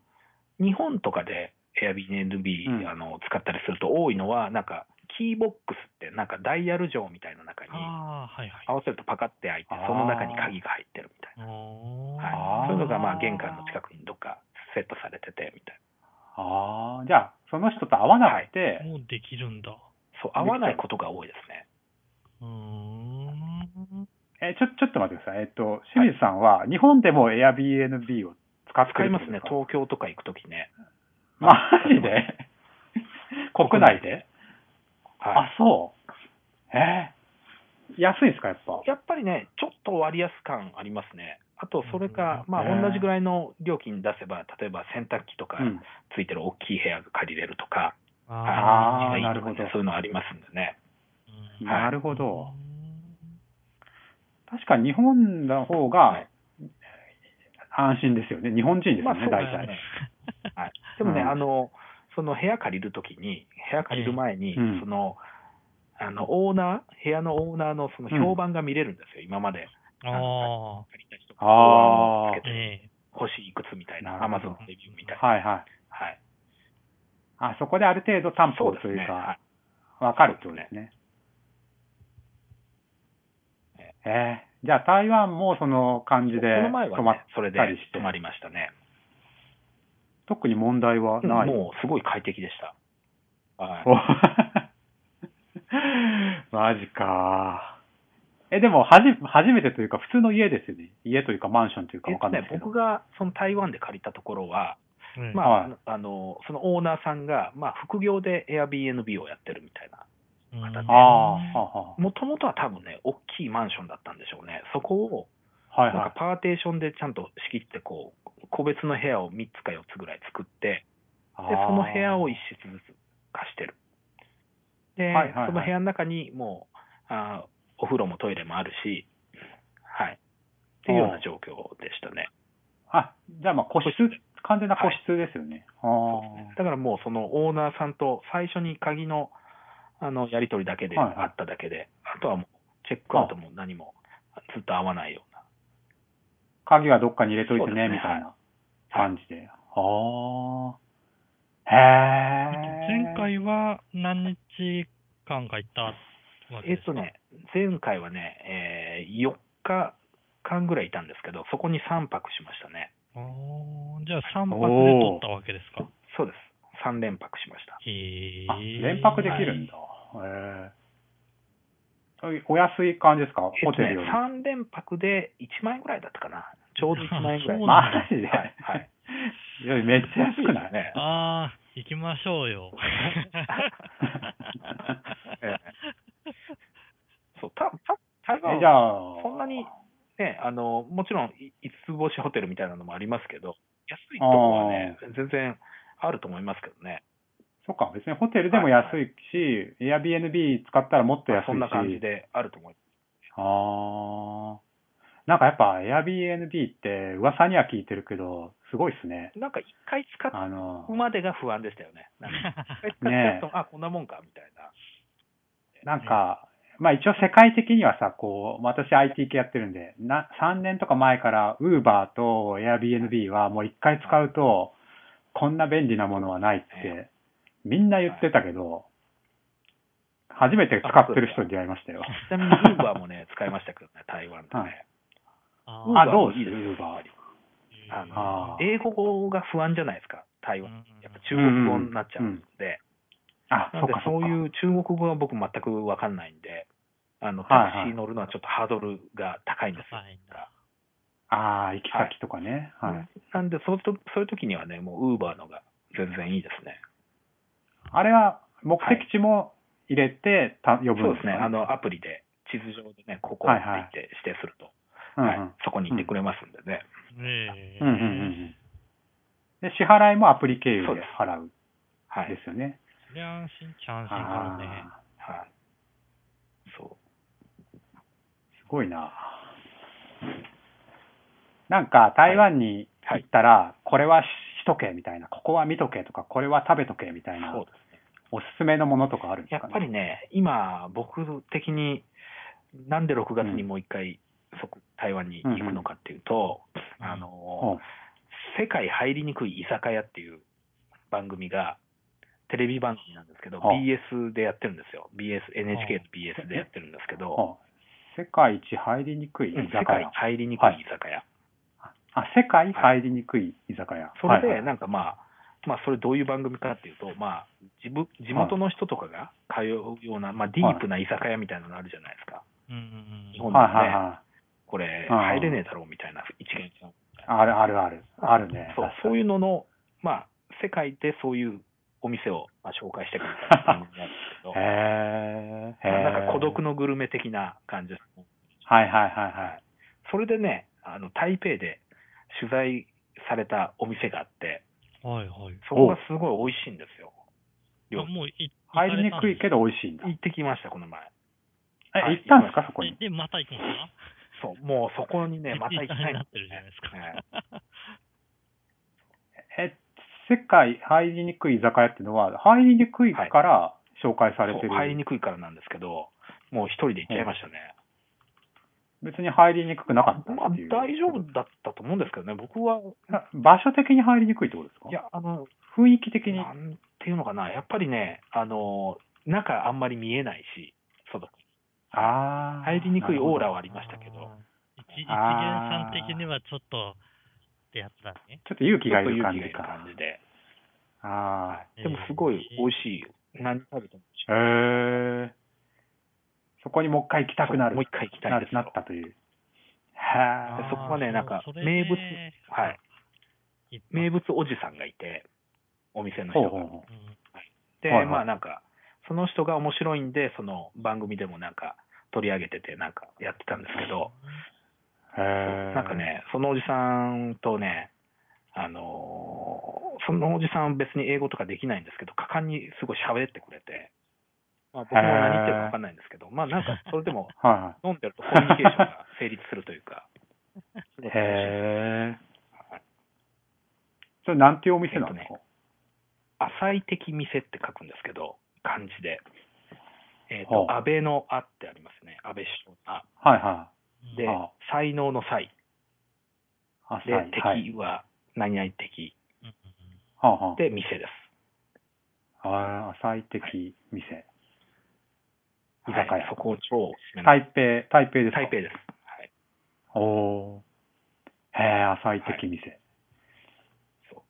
Speaker 2: 日本とかで Airbnb、
Speaker 1: うん
Speaker 2: あの使ったりすると多いのは、なんか、キーボックスって、なんかダイヤル錠みたいな中に
Speaker 3: ああ、はいはい
Speaker 2: 合。わせるとパカって開いて、その中に鍵が入ってるみたいな。
Speaker 3: おー
Speaker 1: あ
Speaker 2: は
Speaker 1: ー
Speaker 2: い、そういうのがまあ玄関の近くにどっかセットされててみたい
Speaker 1: ああ、じゃあ、その人と会わなくて、
Speaker 3: もうできるんだ。
Speaker 2: な、そう合わないことが多いですね。
Speaker 3: うーん。
Speaker 1: え、ちょ、ちょっと待ってください。えっと、清水さんは、日本でも Airbnb を使って
Speaker 2: 使い
Speaker 1: るん
Speaker 2: ま
Speaker 1: ですす
Speaker 2: ね
Speaker 1: か、
Speaker 2: 東京とか行くときね。
Speaker 1: マジで国内で、
Speaker 2: は
Speaker 1: あ、そう。えー安いんですか、やっぱ
Speaker 2: い、。やっぱりね、ちょっと割安感ありますね。あと、それか、
Speaker 3: うん
Speaker 2: まあ、
Speaker 1: ね
Speaker 2: 同じぐらいの料金出せば、例えば洗濯機とか
Speaker 1: うん。
Speaker 2: ついてる大きい部屋が借りれるとか、
Speaker 1: あー
Speaker 2: はい
Speaker 1: なるほど
Speaker 2: そういうのありますんでね。
Speaker 3: うん
Speaker 1: なるほど。
Speaker 3: うん
Speaker 1: 確かに日本の方
Speaker 2: は
Speaker 1: が
Speaker 2: い
Speaker 1: 安心ですよね。日本人ですよね、
Speaker 2: まあ、そう
Speaker 1: (laughs) 大
Speaker 2: です
Speaker 1: 体。
Speaker 2: ね。はい、でもね、
Speaker 1: うん
Speaker 2: あの、その部屋借りるときに、部屋借りる前に、
Speaker 1: うん
Speaker 2: その、あの、オーナー、部屋のオーナーのその評判が見れるんですよ、今まで
Speaker 3: あ
Speaker 2: 借りた人
Speaker 1: あー
Speaker 2: がつけ
Speaker 3: あ、
Speaker 2: て、
Speaker 3: ええ
Speaker 2: 星いくつみたいな、
Speaker 1: な
Speaker 2: ア
Speaker 1: る
Speaker 2: マ
Speaker 1: ほ
Speaker 2: ゾ
Speaker 1: ど
Speaker 2: ンレビューみたいな。
Speaker 1: はいはい。
Speaker 2: はい。
Speaker 1: あ、そこである程度担
Speaker 2: そう
Speaker 1: 保
Speaker 2: です
Speaker 1: とい
Speaker 2: ね。
Speaker 1: うか
Speaker 2: は、
Speaker 1: わかるってことですね。えーじゃあ台湾もその感
Speaker 2: い
Speaker 1: じで
Speaker 2: この前は
Speaker 1: 泊まっ
Speaker 2: ね、それで
Speaker 1: たりして
Speaker 2: 泊まりましたね。
Speaker 1: 特に問題はない。
Speaker 2: もうすごい快適でした。はい。
Speaker 1: お (laughs) マジか。え、でも、はじ、初めてというか、普通の家ですよね。家というか、マンションというか、
Speaker 2: え
Speaker 1: わ
Speaker 2: っ
Speaker 1: か
Speaker 2: と
Speaker 1: んない
Speaker 2: ね
Speaker 1: で、すけど。
Speaker 2: 僕がその台湾で借りたところは、
Speaker 3: ええ
Speaker 2: ま
Speaker 1: はい
Speaker 2: あ、あの、そのオーナーさんが、まあ、副業で Airbnb をやってるみたいな。
Speaker 3: うん
Speaker 2: あ
Speaker 1: ああ、はあは
Speaker 2: もともとは多分ね、大きいマンションだったんでしょうね。そこを、
Speaker 1: あ。はい
Speaker 2: なん
Speaker 1: は
Speaker 2: かパーテーションでちゃんと仕切って、こう、個別の部屋を3つか4つぐらい作って、で、その部屋を1室ずつ貸してる。で、
Speaker 1: はいはいはい
Speaker 2: その部屋の中にもうあー、お風呂もトイレもあるし、はい。っていうような状況でしたね。
Speaker 1: あ、じゃあまあ個室、完全な個室ですよね。
Speaker 2: そうですねだからもうそのオーナーさんと最初に鍵のあのやり取りだけで
Speaker 1: はいはい
Speaker 2: あっただけで、あとはもうチェックアウトも何もずっと合わないよう
Speaker 1: あ
Speaker 2: な。
Speaker 1: あ鍵はどっかに入れといて
Speaker 2: そう
Speaker 1: ね、
Speaker 2: ですね
Speaker 1: みたいな
Speaker 2: はい
Speaker 1: 感じで。ああ。へえ。
Speaker 3: 前回は何日間か行ったわけ
Speaker 2: えっ
Speaker 3: です
Speaker 2: と
Speaker 3: か
Speaker 2: ね、前回はね、えー4日間ぐらいいたんですけど、そこに3泊しましたね。
Speaker 3: おーじゃあ3泊で取ったわけですか。
Speaker 2: そうです。3連泊しました。
Speaker 3: へ
Speaker 1: あ、
Speaker 3: ー
Speaker 1: 連泊できるんだ。へえ。そういうお安い感じですかホ
Speaker 2: えっと
Speaker 1: テ
Speaker 2: ね
Speaker 1: ルよ、り。
Speaker 2: 3連泊で1万円ぐらいだったかな。ちょうど1万円ぐらい。
Speaker 3: そう
Speaker 1: マ
Speaker 3: なんだ
Speaker 1: ジで、
Speaker 2: はい
Speaker 1: (laughs)
Speaker 2: はい
Speaker 1: いや、めっちゃ安くない (laughs)
Speaker 2: ね。
Speaker 3: ああ、行きましょう
Speaker 2: (laughs)
Speaker 3: よ。
Speaker 2: えそう、た、た、台湾
Speaker 1: え、じゃあ、
Speaker 2: そんなにね、あの、もちろん、い五つ星ホテルみたいなのもありますけど、安いとこはね、全然あると思いますけどね。
Speaker 1: そっか、別にホテルでも安いし、Airbnb 使ったらもっと安いし。
Speaker 2: そんな感じであると思いま
Speaker 1: あー。なんかやっぱ Airbnb って噂には聞いてるけど、すごいっすね。
Speaker 2: す。なんか一回使
Speaker 1: あの
Speaker 2: う、までが不安でしたよね。なんか一回使っちゃ
Speaker 1: ね
Speaker 2: うと、あ、こんなもんか、みたいな。
Speaker 1: なんか、まあ一応世界的にはさ、こう、まあ私 IT 系やってるんで、な3年とか前から Uber と Airbnb はもう一回使うと、こんな便利なものはないって、みんな言ってたけど、初めて使ってる人に出会いましたよ。
Speaker 2: ちなみに、ウーバーもね、使いましたけどね、台湾で
Speaker 1: は
Speaker 2: ね。
Speaker 3: あ
Speaker 1: あ、
Speaker 3: ー
Speaker 1: どうす
Speaker 2: いいです
Speaker 1: る
Speaker 2: よ
Speaker 1: ?Uber。
Speaker 2: やっぱりあ
Speaker 1: あ
Speaker 2: の
Speaker 1: ー
Speaker 2: 英語が不安じゃないですか、台
Speaker 3: う
Speaker 2: 湾。
Speaker 3: ん
Speaker 2: やっぱ中国語になっちゃうので。
Speaker 1: (laughs) あ、
Speaker 2: な
Speaker 1: そ
Speaker 2: の
Speaker 1: う
Speaker 2: で
Speaker 1: か、
Speaker 2: そう
Speaker 1: う
Speaker 2: い
Speaker 1: か。
Speaker 2: う中国語は僕全くわかんないんで、あの、
Speaker 1: はいはい
Speaker 2: タクシー乗るのはちょっとハードルが高いんですよ
Speaker 3: 高いんだ
Speaker 1: ああ、行き先とかね。はい。
Speaker 2: なんで、そうとそういう時にはね、もうウーバーのが全然いいですね。
Speaker 1: あれは目的地も入れてた、呼ぶん
Speaker 2: そう
Speaker 1: で
Speaker 2: ですす
Speaker 1: か
Speaker 2: ね、
Speaker 1: ね。
Speaker 2: あの、アプリで、地図上でね、ここって言って指定すると、
Speaker 1: うんうん、
Speaker 2: はいそこにいてくれますんでね。
Speaker 3: ねえ
Speaker 1: うんうんうんうん。で、支払いもアプリ経由で
Speaker 2: そうです
Speaker 1: 払う
Speaker 2: は
Speaker 1: んで
Speaker 2: い。
Speaker 1: すよね。
Speaker 3: そりゃ安心っちゃ安心
Speaker 1: あ
Speaker 3: だろうね。
Speaker 1: あ
Speaker 2: はい。そ。
Speaker 1: ー、すごいな。なんか台湾に行ったら、これはしとけみたいな、ここは見とけとか、これは食べとけみたいうな
Speaker 2: そう、ですね。
Speaker 1: おすすめのものとかあるんで
Speaker 2: や
Speaker 1: すか
Speaker 2: っ
Speaker 1: ね。
Speaker 2: ぱりね、今、僕的に、なんで6月にもう一回、そこ、台湾に行くのかっていうと、
Speaker 3: うん
Speaker 2: あ
Speaker 1: うん
Speaker 2: の、世界入りにくい居酒屋っていう番組が、テレビ番組なんですけど、
Speaker 1: はあ
Speaker 2: BS でやってるんですよ。BS、NHK と BS でやってるんですけど、
Speaker 1: うん世界一入りにくい居
Speaker 2: うん
Speaker 1: 酒
Speaker 2: 世
Speaker 1: 屋
Speaker 2: 界。入りにくい居酒屋。
Speaker 1: あ、世界入りにくい居酒屋。
Speaker 2: それ
Speaker 1: はい
Speaker 2: で、
Speaker 1: はい
Speaker 2: なんかまあ、まあ、それどういう番組かっていうと、まあ、地ぶ地元の人とかが通うような、まあ、ディープな居酒屋みたいなのあるじゃないですか。
Speaker 3: うん
Speaker 2: 日
Speaker 3: うん
Speaker 2: 本
Speaker 3: うん
Speaker 2: でも
Speaker 1: は
Speaker 2: ね
Speaker 1: いはいはい。
Speaker 2: これ、
Speaker 1: うん
Speaker 2: 入れねえだろうみたいな一元ちゃん。
Speaker 1: あるあるある。あるね。、
Speaker 2: そう、そういうのの、まあ、世界でそういうお店を、まあ、紹介してくれたっていうのなんですけど
Speaker 1: (laughs) へえ。
Speaker 2: なんか孤独のグルメ的な感じです。
Speaker 1: はいはいはいはい。
Speaker 2: それでね、あの、台北で取材されたお店があって、
Speaker 3: はいはい。
Speaker 2: そこがすごい美味しいんですよ。
Speaker 3: あもうい
Speaker 1: 入りにくいけ
Speaker 3: ど。
Speaker 1: ど美味しいんだ。
Speaker 2: 行ってきました、この前。
Speaker 1: え、
Speaker 2: はい
Speaker 1: 行ったんですか、そこ
Speaker 3: え
Speaker 1: に。
Speaker 3: で、また行くんですか
Speaker 2: そう、もうそこに
Speaker 3: (laughs)
Speaker 2: ね、また行きたい
Speaker 3: に
Speaker 2: ん
Speaker 3: な
Speaker 2: で
Speaker 3: っ
Speaker 2: す
Speaker 3: てるじ
Speaker 2: ね
Speaker 3: ゃないですか。
Speaker 2: え
Speaker 1: え、世界入りにくい居酒屋っていうのは、入りにくいから紹介されて
Speaker 2: そ
Speaker 1: る。
Speaker 2: う入りにくいからなんですけど、もう一人で行っちゃいましたね。
Speaker 1: 別に入りにくくなかった
Speaker 2: まあ、
Speaker 1: っていう。
Speaker 2: 大丈夫だったと思うんですけどね、僕は、
Speaker 1: な場所的に入りにくいってことですか
Speaker 2: いや、あの、
Speaker 1: 雰囲気的に。
Speaker 2: な
Speaker 1: あ
Speaker 2: んていうのかな、やっぱりね、あの、中あんまり見えないし、そうだ
Speaker 1: あー。
Speaker 2: 入りにくいオーラはあ
Speaker 3: あ
Speaker 2: りましたけど、。
Speaker 3: 一一元さん的にはちょっと、ってやつだね。
Speaker 1: ちょっと勇
Speaker 2: ち
Speaker 1: 気
Speaker 2: ょ
Speaker 1: が
Speaker 2: っ
Speaker 1: い
Speaker 2: と
Speaker 1: る
Speaker 2: 勇
Speaker 1: 感
Speaker 2: 気
Speaker 1: じ
Speaker 2: がいる
Speaker 1: か。
Speaker 2: 感じで、
Speaker 1: あ
Speaker 2: でもすごい美味しいよ。何食べても美味しい
Speaker 1: ー。へえ。そこにもう一回行きたくなる。
Speaker 2: もう一回行きたいんです
Speaker 1: な
Speaker 2: よ
Speaker 1: なったという。は
Speaker 2: でそこがね
Speaker 3: あー
Speaker 2: なんか
Speaker 3: そうそれ
Speaker 2: 名物
Speaker 3: で
Speaker 2: はい
Speaker 3: 行った
Speaker 2: 名物おじさんがいて、お店の
Speaker 1: ほ
Speaker 2: 人
Speaker 1: う
Speaker 2: が。
Speaker 1: ほうほ
Speaker 3: うん
Speaker 2: で、
Speaker 1: はいはい
Speaker 2: まあなんか、その人が面白いんで、その番組でもなんか取り上げてて、なんかやってたんですけど、
Speaker 1: う。へえ。
Speaker 2: なんかね、そのおじさんとね、あのーそのおじさん別に英語とかできないんですけど、果敢にすごい喋ってくれて、まあ、僕も何言ってるか分かんないんですけど、まあなんかそれでも
Speaker 1: は
Speaker 2: 飲んでるとコミュニケーションが成立するという (laughs) か、す
Speaker 1: い。
Speaker 2: ごい楽しい
Speaker 1: へえ。それなんていうお店なんですか、
Speaker 2: 浅い的店って書くんですけど、漢字で。えっ、
Speaker 1: ほう
Speaker 2: と、安倍のあってありますね。安倍首相のあ。
Speaker 1: はいは
Speaker 2: で
Speaker 1: はあ、
Speaker 2: 才能の才。
Speaker 1: い。浅い。
Speaker 2: で
Speaker 1: はい。
Speaker 2: 敵は何々的。
Speaker 3: うんうん
Speaker 1: はあは
Speaker 2: で、店です。
Speaker 1: あ、あー浅い的店。居酒
Speaker 2: は
Speaker 1: 屋
Speaker 2: い。そこを超おすすめなんで
Speaker 1: 台北、台北ですすか
Speaker 2: 台北です。はい。
Speaker 1: おおー。へえ、浅い的店。
Speaker 2: そう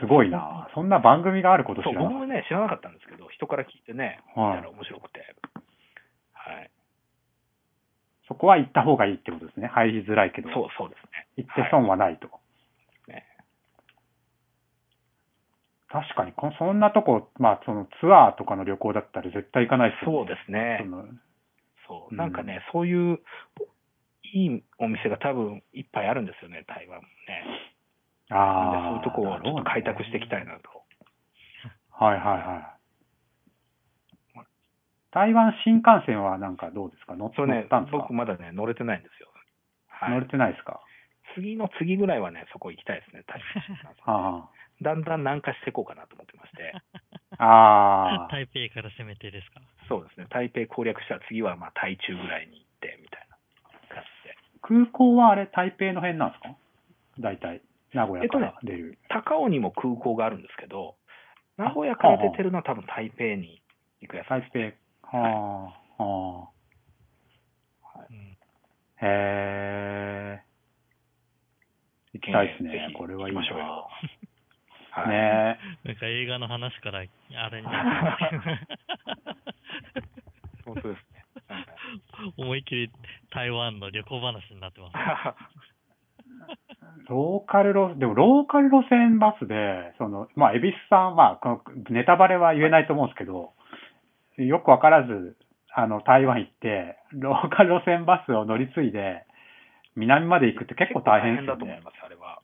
Speaker 1: すごいな。そんな番組があること知
Speaker 2: そう、
Speaker 1: らなか
Speaker 2: 僕
Speaker 1: っ
Speaker 2: もね、知らなかったんですけど、人から聞いてね、見
Speaker 1: た。は
Speaker 2: たら
Speaker 1: い。
Speaker 2: 面白くて。はい。
Speaker 1: そこは行った方がいいってことですね。入りづらいけど。
Speaker 2: そう、そうですね。
Speaker 1: 行って損はないと。
Speaker 2: はいね
Speaker 1: 確かにこ、そんなとこ、まあ、そのツアーとかの旅行だったら絶対行かないです
Speaker 2: そ
Speaker 1: よ
Speaker 2: う
Speaker 1: ね。
Speaker 2: ですね
Speaker 1: そ。の
Speaker 2: そうう、
Speaker 1: ん
Speaker 2: なんかね、そういう、いいお店が多分いっぱいあるんですよね、台湾もね。な
Speaker 1: あ
Speaker 2: んで
Speaker 1: あ。
Speaker 2: そういうとこをちょっと開拓していきたい
Speaker 1: なる
Speaker 2: なと。
Speaker 1: ほどね。はいはいはい。台湾新幹線はなんかどうですか乗っ
Speaker 2: そ
Speaker 1: 乗
Speaker 2: れね
Speaker 1: ったんで、すか
Speaker 2: 僕まだね、乗れてないんですよ。は
Speaker 1: 乗れ
Speaker 2: い。
Speaker 1: てないですか、
Speaker 2: 次の次ぐらいはね、そこ行きたいですね、台
Speaker 1: (laughs)
Speaker 2: 湾。
Speaker 1: は
Speaker 2: だんだん南下していこうかなと思ってまして。
Speaker 1: あ、ああ。
Speaker 3: 台北から攻めてですか。
Speaker 2: そうですね、台北攻略したら次はまあ台中ぐらいに行って、みたいな感じで。
Speaker 1: 空港はあれ、台北の辺なんですか大体、名古
Speaker 2: え
Speaker 1: 屋
Speaker 2: っと
Speaker 1: か
Speaker 2: ね
Speaker 1: ら出る。
Speaker 2: 高尾にも空港があるんですけど、名古屋から出てるのは多分台北に行くやつ。
Speaker 1: 台北。はあ、は
Speaker 3: うん
Speaker 1: あ。へえ。行きたいですね。これはいい
Speaker 2: 行
Speaker 1: な
Speaker 2: きましょうよ。はい。
Speaker 1: ね
Speaker 3: なんか映画の話からあれになってます
Speaker 2: 本当です
Speaker 1: (laughs)
Speaker 2: ね。
Speaker 3: けど思いっきり台湾の旅行話になってます。
Speaker 1: ローカル路、でもローカル路線バスで、その、まあ、恵比寿さん、まあ、このネタバレは言えないと思うんですけど、よくわからず、あの、台湾行って、ローカル路線バスを乗り継いで、南まで行くって結構大変ですよ
Speaker 2: 結構大変だと思い
Speaker 1: ね。
Speaker 2: ます、あれは。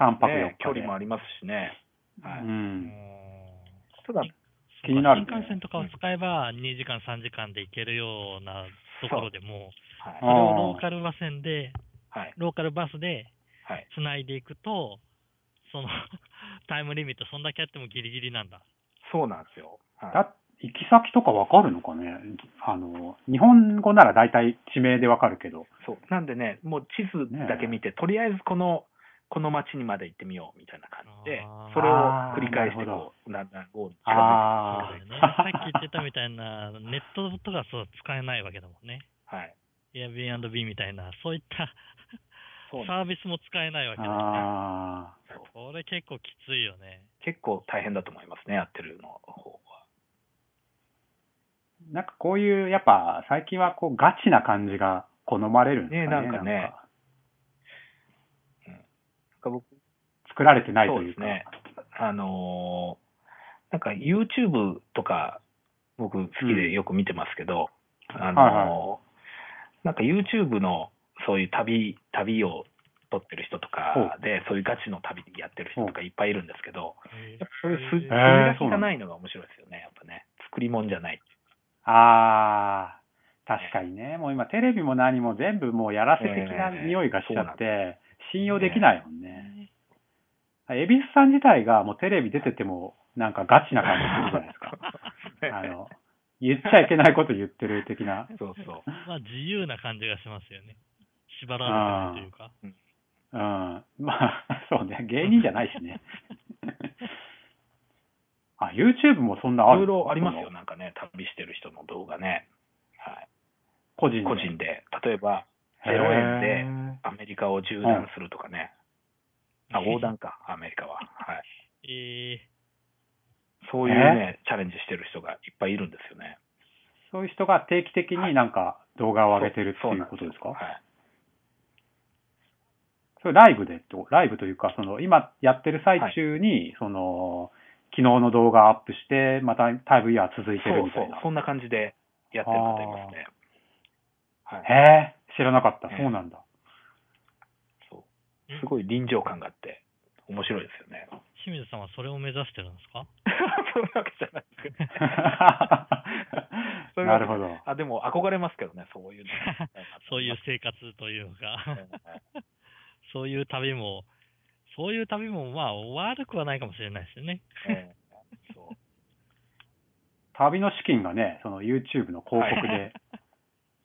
Speaker 1: 3泊4日で、
Speaker 2: ね距離もありますしね。はい
Speaker 1: うん。
Speaker 2: ただ、
Speaker 1: 気になるね
Speaker 3: 新幹線とかを使えば、2時間、3時間で行けるようなところでも、それ
Speaker 2: は
Speaker 1: あ
Speaker 2: い。
Speaker 3: をローカルバスで、
Speaker 2: はい。
Speaker 3: ローカルバスで
Speaker 2: はい。
Speaker 3: つないでいくと、その (laughs) タイムリミット、そんだけあってもギリギリなんだ。
Speaker 2: そうなんですよ。はい
Speaker 1: だ行き先とかわかるのかねあの、日本語なら大体地名でわかるけど。
Speaker 2: そう。なんでね、もう地図だけ見て、とりあえずこの、この町にまで行ってみようみたいな感じで
Speaker 3: あー、
Speaker 2: それを繰り返して
Speaker 1: なるほ
Speaker 2: こう、だんだんゴールに近づいていく
Speaker 3: そう
Speaker 1: あ
Speaker 3: だ
Speaker 1: ー
Speaker 3: よね、さっき言ってたみたいな、ネットとかそう使えないわけだもんね。
Speaker 2: はい。
Speaker 3: Airbnb みたいな、そういった
Speaker 2: そうなんで
Speaker 3: サービスも使えないわけだもんね。
Speaker 1: あ
Speaker 2: すそう
Speaker 3: これ結構きついよ
Speaker 1: (laughs)
Speaker 3: ね。
Speaker 2: 結構大変だと思いますね、やってるの方は。
Speaker 1: ーなんかこういう、やっぱ最近はこうガチな感じが好まれるんですかね。
Speaker 2: ねなんかねなんか僕
Speaker 1: 作られてない
Speaker 2: そ
Speaker 1: と
Speaker 2: う
Speaker 1: い
Speaker 2: で
Speaker 1: う
Speaker 2: す
Speaker 1: か。
Speaker 2: ね。あのーなんか YouTube とか、僕好きでよく見てますけど、あのー
Speaker 1: はい
Speaker 2: なんか YouTube のそういう旅、旅を撮ってる人とかで、そういうガチの旅やってる人とかいっぱいいるんですけど、やっぱそういう筋
Speaker 1: えーそ
Speaker 2: 書
Speaker 1: うなん
Speaker 2: きが
Speaker 1: だ
Speaker 2: ないのが面白いですよね、やっぱね。作り物じゃない。
Speaker 1: ああ、確かにね。もう今テレビも何も全部もうやらせ的な
Speaker 2: ね
Speaker 1: 匂いがしちゃって、信用できないもんね。エビスさん自体がもうテレビ出ててもなんかガチな感じするじゃないですか。あ
Speaker 2: (laughs)
Speaker 1: の、言っちゃいけないこと言ってる的な。
Speaker 2: そうそう。
Speaker 3: まあ自由な感じがしますよね。縛られてないというか。
Speaker 1: うん。まあ、 (laughs) そうね。芸人じゃないし
Speaker 2: (laughs)
Speaker 1: ね。あ、YouTube もそんないあ
Speaker 2: ろ
Speaker 1: る
Speaker 2: いろありますよ、
Speaker 1: ね。
Speaker 2: なんかね、旅してる人の動画ね。はい。
Speaker 1: 個人で。
Speaker 2: 個人で、例えば、
Speaker 1: へー
Speaker 2: 0円で、アメリカを縦断するとかね。あ、横断か、アメリカは。はい。
Speaker 3: え
Speaker 2: そういうね、チャレンジしてる人がいっぱいいるんですよね。
Speaker 1: そういう人が定期的になんか動画を上げてるっていうことです
Speaker 2: そう
Speaker 1: か
Speaker 2: なんよ
Speaker 1: それライブでと、ライブというか、その、今やってる最中に、その、昨日の動画アップして、またタイムイヤー続いて
Speaker 2: は
Speaker 1: る
Speaker 2: い。そう
Speaker 1: みた
Speaker 2: そ
Speaker 1: いうな。。
Speaker 2: そんな感じでやってる方いますね。はい。
Speaker 1: (laughs) へえ、知らなかった。
Speaker 2: ね
Speaker 1: そうなんだ。
Speaker 2: そう。すごい臨場感があって、
Speaker 3: さんはそれを目指してるんです
Speaker 1: (laughs)
Speaker 3: か。
Speaker 2: (laughs) そういうわけじゃないですけど。 (laughs) そういう
Speaker 1: な
Speaker 2: わけ
Speaker 1: るほど。
Speaker 2: あ、でも憧れますけどね、そういうの
Speaker 3: (laughs) そ
Speaker 2: (laughs)
Speaker 3: ういう生活というか、
Speaker 2: はい
Speaker 3: (laughs) そういう旅も、そういう旅もまあ悪くはないかもしれないですよね。
Speaker 2: ええそう
Speaker 1: 旅の資金がね、その YouTube の広告
Speaker 2: は
Speaker 1: で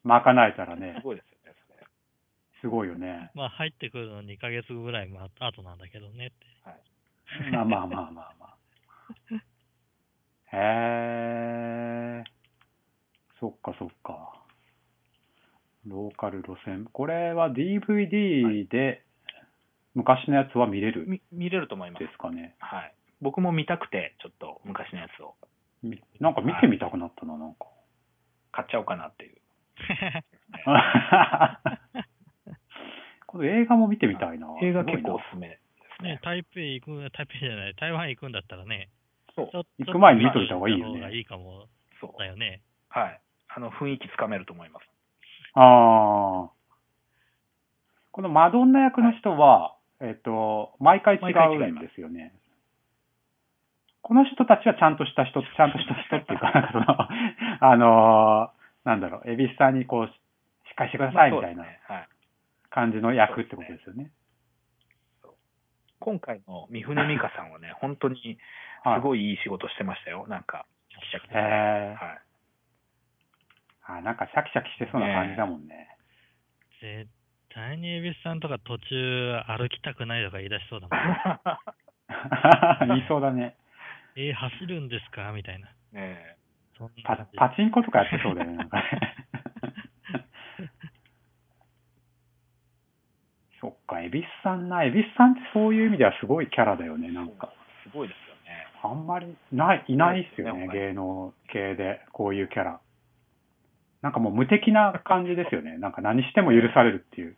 Speaker 1: 賄えたらね
Speaker 2: (laughs) す、ごいですよね、それ。
Speaker 1: すごいよね。
Speaker 3: (laughs) まあ入ってくるの2ヶ月ぐらいまあ後なんだけどねって。
Speaker 1: まあまあまあまあまあ。へえ。そっかそっか。ローカル路線。これは DVD で昔のやつは見れるんで
Speaker 2: み見れると思います。
Speaker 1: すかね。
Speaker 2: はい。僕も見たくて、ちょっと昔のやつを
Speaker 1: みなんか見てみたくなったな、なんか。 (laughs)
Speaker 2: 買っちゃおうかなっていう。
Speaker 1: この映画も見てみたいな。
Speaker 2: 映画
Speaker 1: すご
Speaker 2: 結
Speaker 1: いな
Speaker 2: 構おすすめです
Speaker 3: ね
Speaker 2: ね、。
Speaker 3: 台北行く、台北じゃない、台湾行くんだったらね、
Speaker 2: そう
Speaker 3: ちょ
Speaker 1: 行く前に見といた方がいいよね
Speaker 3: ちょっと見といた方がいいかも
Speaker 2: そう。
Speaker 3: だよね。
Speaker 2: はい。あの、雰囲気つかめると思います。
Speaker 1: ああ。このマドンナ役の人は、えっと、毎回違
Speaker 2: 毎回違い
Speaker 1: うん
Speaker 2: ます
Speaker 1: ですよね。この人たちはちゃんとした人、ちゃんとした人っていうか、
Speaker 2: (laughs)
Speaker 1: なんかその、あのーなんだろう、蛭子さんにこう、ししっかりしてください
Speaker 2: まあ
Speaker 1: みたいな
Speaker 2: そうですねはい。
Speaker 1: 感じの役ってことですよね。
Speaker 2: 今回の三船美香さんはね、本当に
Speaker 1: はい。
Speaker 2: すごいいい仕事してましたよ。なんか、シャキシャキして
Speaker 1: え
Speaker 2: はい。
Speaker 1: ー、あなんかシャキシャキしてそうな感じだもんね。
Speaker 3: 絶対に恵比寿さんとか途中歩きたくないとか言い出しそうだもん
Speaker 2: (laughs)
Speaker 3: ね。
Speaker 1: 言いそうだね。
Speaker 3: えー、走るんですかみたいな。
Speaker 2: (laughs) ね
Speaker 3: そんな
Speaker 1: パ
Speaker 3: 感じ。
Speaker 1: パチンコとかやってそうだよね、なん
Speaker 2: (laughs)
Speaker 1: かね。そっか、蛭子さんな、蛭子さんってそういう意味ではすごいキャラだよね、
Speaker 2: え
Speaker 1: なんか。
Speaker 2: すごいですよね。
Speaker 1: あんまりない、いないっすよ
Speaker 2: そう
Speaker 1: ね、
Speaker 2: ですね
Speaker 1: 芸能系で、こういうキャラ。なんかもう無敵な感じですよね。なんか何しても許されるっていう。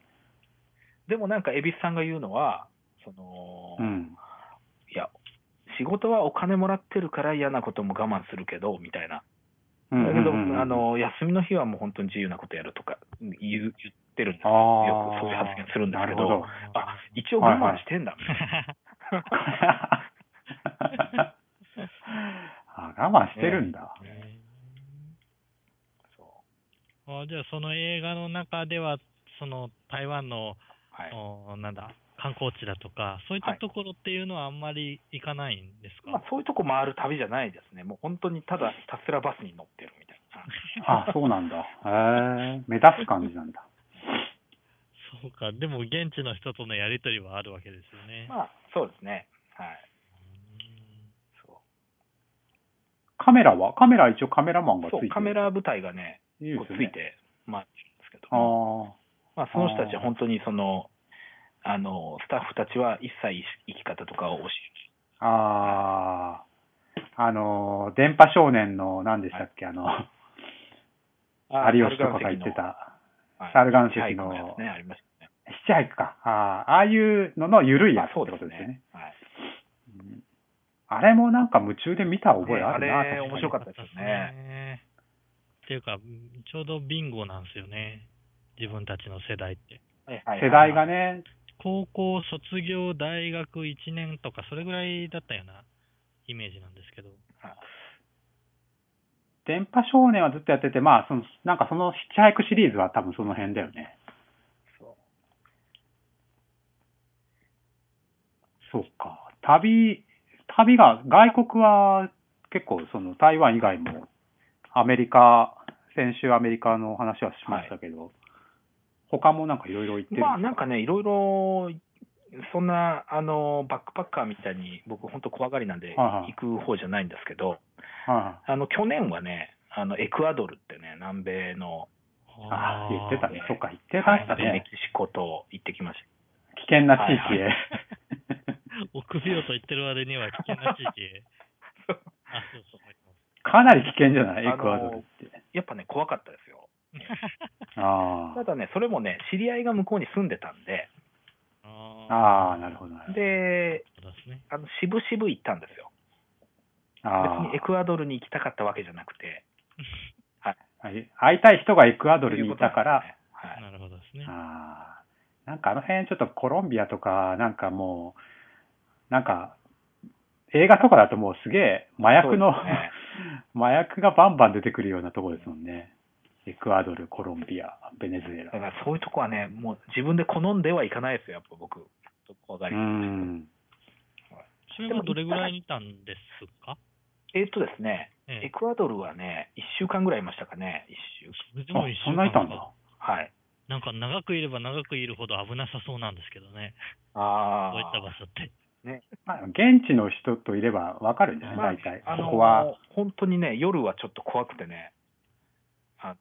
Speaker 2: でもなんか、蛭子さんが言うのは、その、
Speaker 1: うん。
Speaker 2: いや、仕事はお金もらってるから嫌なことも我慢するけど、みたいな。
Speaker 1: う
Speaker 2: だ
Speaker 1: ん
Speaker 2: け
Speaker 1: うん
Speaker 2: ど、
Speaker 1: うんうん
Speaker 2: あ、の、休みの日はもう本当に自由なことやるとか言う言ってるんです
Speaker 1: あ
Speaker 2: よ。
Speaker 1: ー
Speaker 2: よくそういう発言するんです
Speaker 1: なる
Speaker 2: けど (laughs)
Speaker 1: ほど。
Speaker 2: あ、一応我慢して
Speaker 1: (laughs)
Speaker 2: んだ、みたい
Speaker 1: あ、我慢してるんだ。
Speaker 3: ね
Speaker 2: な。そう。
Speaker 3: あじゃあその映画の中では、その台湾の、
Speaker 2: はい。
Speaker 3: おなんだ、観光地だとか、そういったところっていうのはあんまり行かないんですか、
Speaker 2: まあ、そういうとこ回る旅じゃないですね。もう本当にただひたすらバスに乗ってるみたいな。 (laughs)
Speaker 1: あ、そうなんだ。へえ、目指す感じなんだ。
Speaker 3: そうか、でも現地の人とのやりとりはあるわけですよね。
Speaker 2: まあ、そうですね。はい。そ
Speaker 1: カメラはカメラは一応カメラマン
Speaker 2: う
Speaker 1: がつい
Speaker 2: そ
Speaker 1: てる。
Speaker 2: うカメラ部隊がね、
Speaker 1: いいで
Speaker 2: こう
Speaker 1: すよ
Speaker 2: つい
Speaker 1: ね。
Speaker 2: て回ってるんですけど
Speaker 1: あー
Speaker 2: も、まあ、その人たちは本当にその、あの、スタッフたちは一切生き方とかを教え
Speaker 1: あー。あのー、電波少年の何でしたっけ、あの、
Speaker 2: あ
Speaker 1: 有吉とかが言ってた、
Speaker 2: はい
Speaker 1: サルガン石の
Speaker 2: はいこやつね、ありましたね。
Speaker 1: ヒッチハイクか。あーああいうのの緩いや
Speaker 2: まあ
Speaker 1: つ
Speaker 2: そ
Speaker 1: っ
Speaker 2: う
Speaker 1: て
Speaker 2: で
Speaker 1: こと
Speaker 2: す
Speaker 1: ですよね。
Speaker 2: ね。はい。
Speaker 1: うんあれもなんか夢中で見た覚えあるな、
Speaker 2: ねあれ面白かったですね。
Speaker 3: ね。っていうか、ちょうどビンゴなんですよね。自分たちの世代って。
Speaker 2: はいはいはい
Speaker 1: 世代が。ね、
Speaker 3: 高校卒業、大学1年とか、それぐらいだったようなイメージなんですけど。
Speaker 2: はい
Speaker 1: 電波少年はずっとやってて、まあ、その、なんかそのヒッチハイクシリーズは多分その辺だよね。
Speaker 2: そ
Speaker 1: そうか。旅、旅が、外国は結構その台湾以外も、アメリカ、先週アメリカの話はしましたけど、他もなんかいろいろ行って
Speaker 2: う
Speaker 1: る。
Speaker 2: まあなんかね、いろいろ、そんな、あの、バックパッカーみたいに、僕本当怖がりなんで、
Speaker 1: はいは
Speaker 2: 行
Speaker 1: い
Speaker 2: く方じゃないんですけど、
Speaker 1: あ
Speaker 2: あの、去年はね、あの、エクアドルってね、南米の、
Speaker 1: あ、言ってたね。そっか、行ってました
Speaker 2: メ
Speaker 1: ね。
Speaker 2: キシコと行ってきまし
Speaker 1: 危険な地域へ。
Speaker 2: は
Speaker 3: 臆病と言ってる割には危険
Speaker 1: (laughs)
Speaker 3: な地域へ。
Speaker 2: た。
Speaker 3: あ、そうそう。思います
Speaker 1: かなり危険じゃない
Speaker 2: あの
Speaker 1: エクアドルって。
Speaker 2: やっぱね、怖かったですよ。
Speaker 1: (laughs) あ
Speaker 2: ただね、それもね、知り合いが向こうに住んでたんで、
Speaker 1: あ。
Speaker 3: あ
Speaker 1: ああ、なるほど。なるほど
Speaker 2: で、
Speaker 3: あ。そうですね。
Speaker 2: あの、渋々行ったんですよ。
Speaker 1: あ
Speaker 2: 別にエクアドルに行きたかったわけじゃなくて、
Speaker 1: あ。会いたい人がエクアドルにいたから、
Speaker 2: ということなんですね、はい
Speaker 3: なるほどですね。
Speaker 1: ああ、なんかあの辺ちょっとコロンビアとか、なんかもう、なんか、映画とかだともうすげえ麻薬の、
Speaker 2: そうですね
Speaker 1: (laughs) 麻薬がバンバン出てくるようなとこですもんね。エクアドル、コロンビア、ベネズエ
Speaker 2: だ
Speaker 1: ラ
Speaker 2: か。らそういうとこはね、もう自分で好んではいかないですよ、やっぱ僕。わか
Speaker 1: う
Speaker 2: り
Speaker 1: ん。
Speaker 3: それはどれぐらいにいたんですか
Speaker 2: えっとですね、エ
Speaker 3: ええ。
Speaker 2: クアドルはね、1週間ぐらいいましたかね、1週間。
Speaker 3: うち
Speaker 1: あ
Speaker 3: も一、
Speaker 1: そ
Speaker 3: 週
Speaker 1: ん
Speaker 3: 間
Speaker 1: ないたん
Speaker 3: とか
Speaker 1: だ。
Speaker 2: はい。
Speaker 3: なんか長くいれば長くいるほど危なさそうなんですけどね。こ
Speaker 2: あ
Speaker 3: ういった場
Speaker 2: あ。
Speaker 3: 所って。
Speaker 1: まあ、現地の人といればわかるんじゃない大体。
Speaker 2: あの
Speaker 1: ここは。
Speaker 2: 本当にね、夜はちょっと怖くてね、あ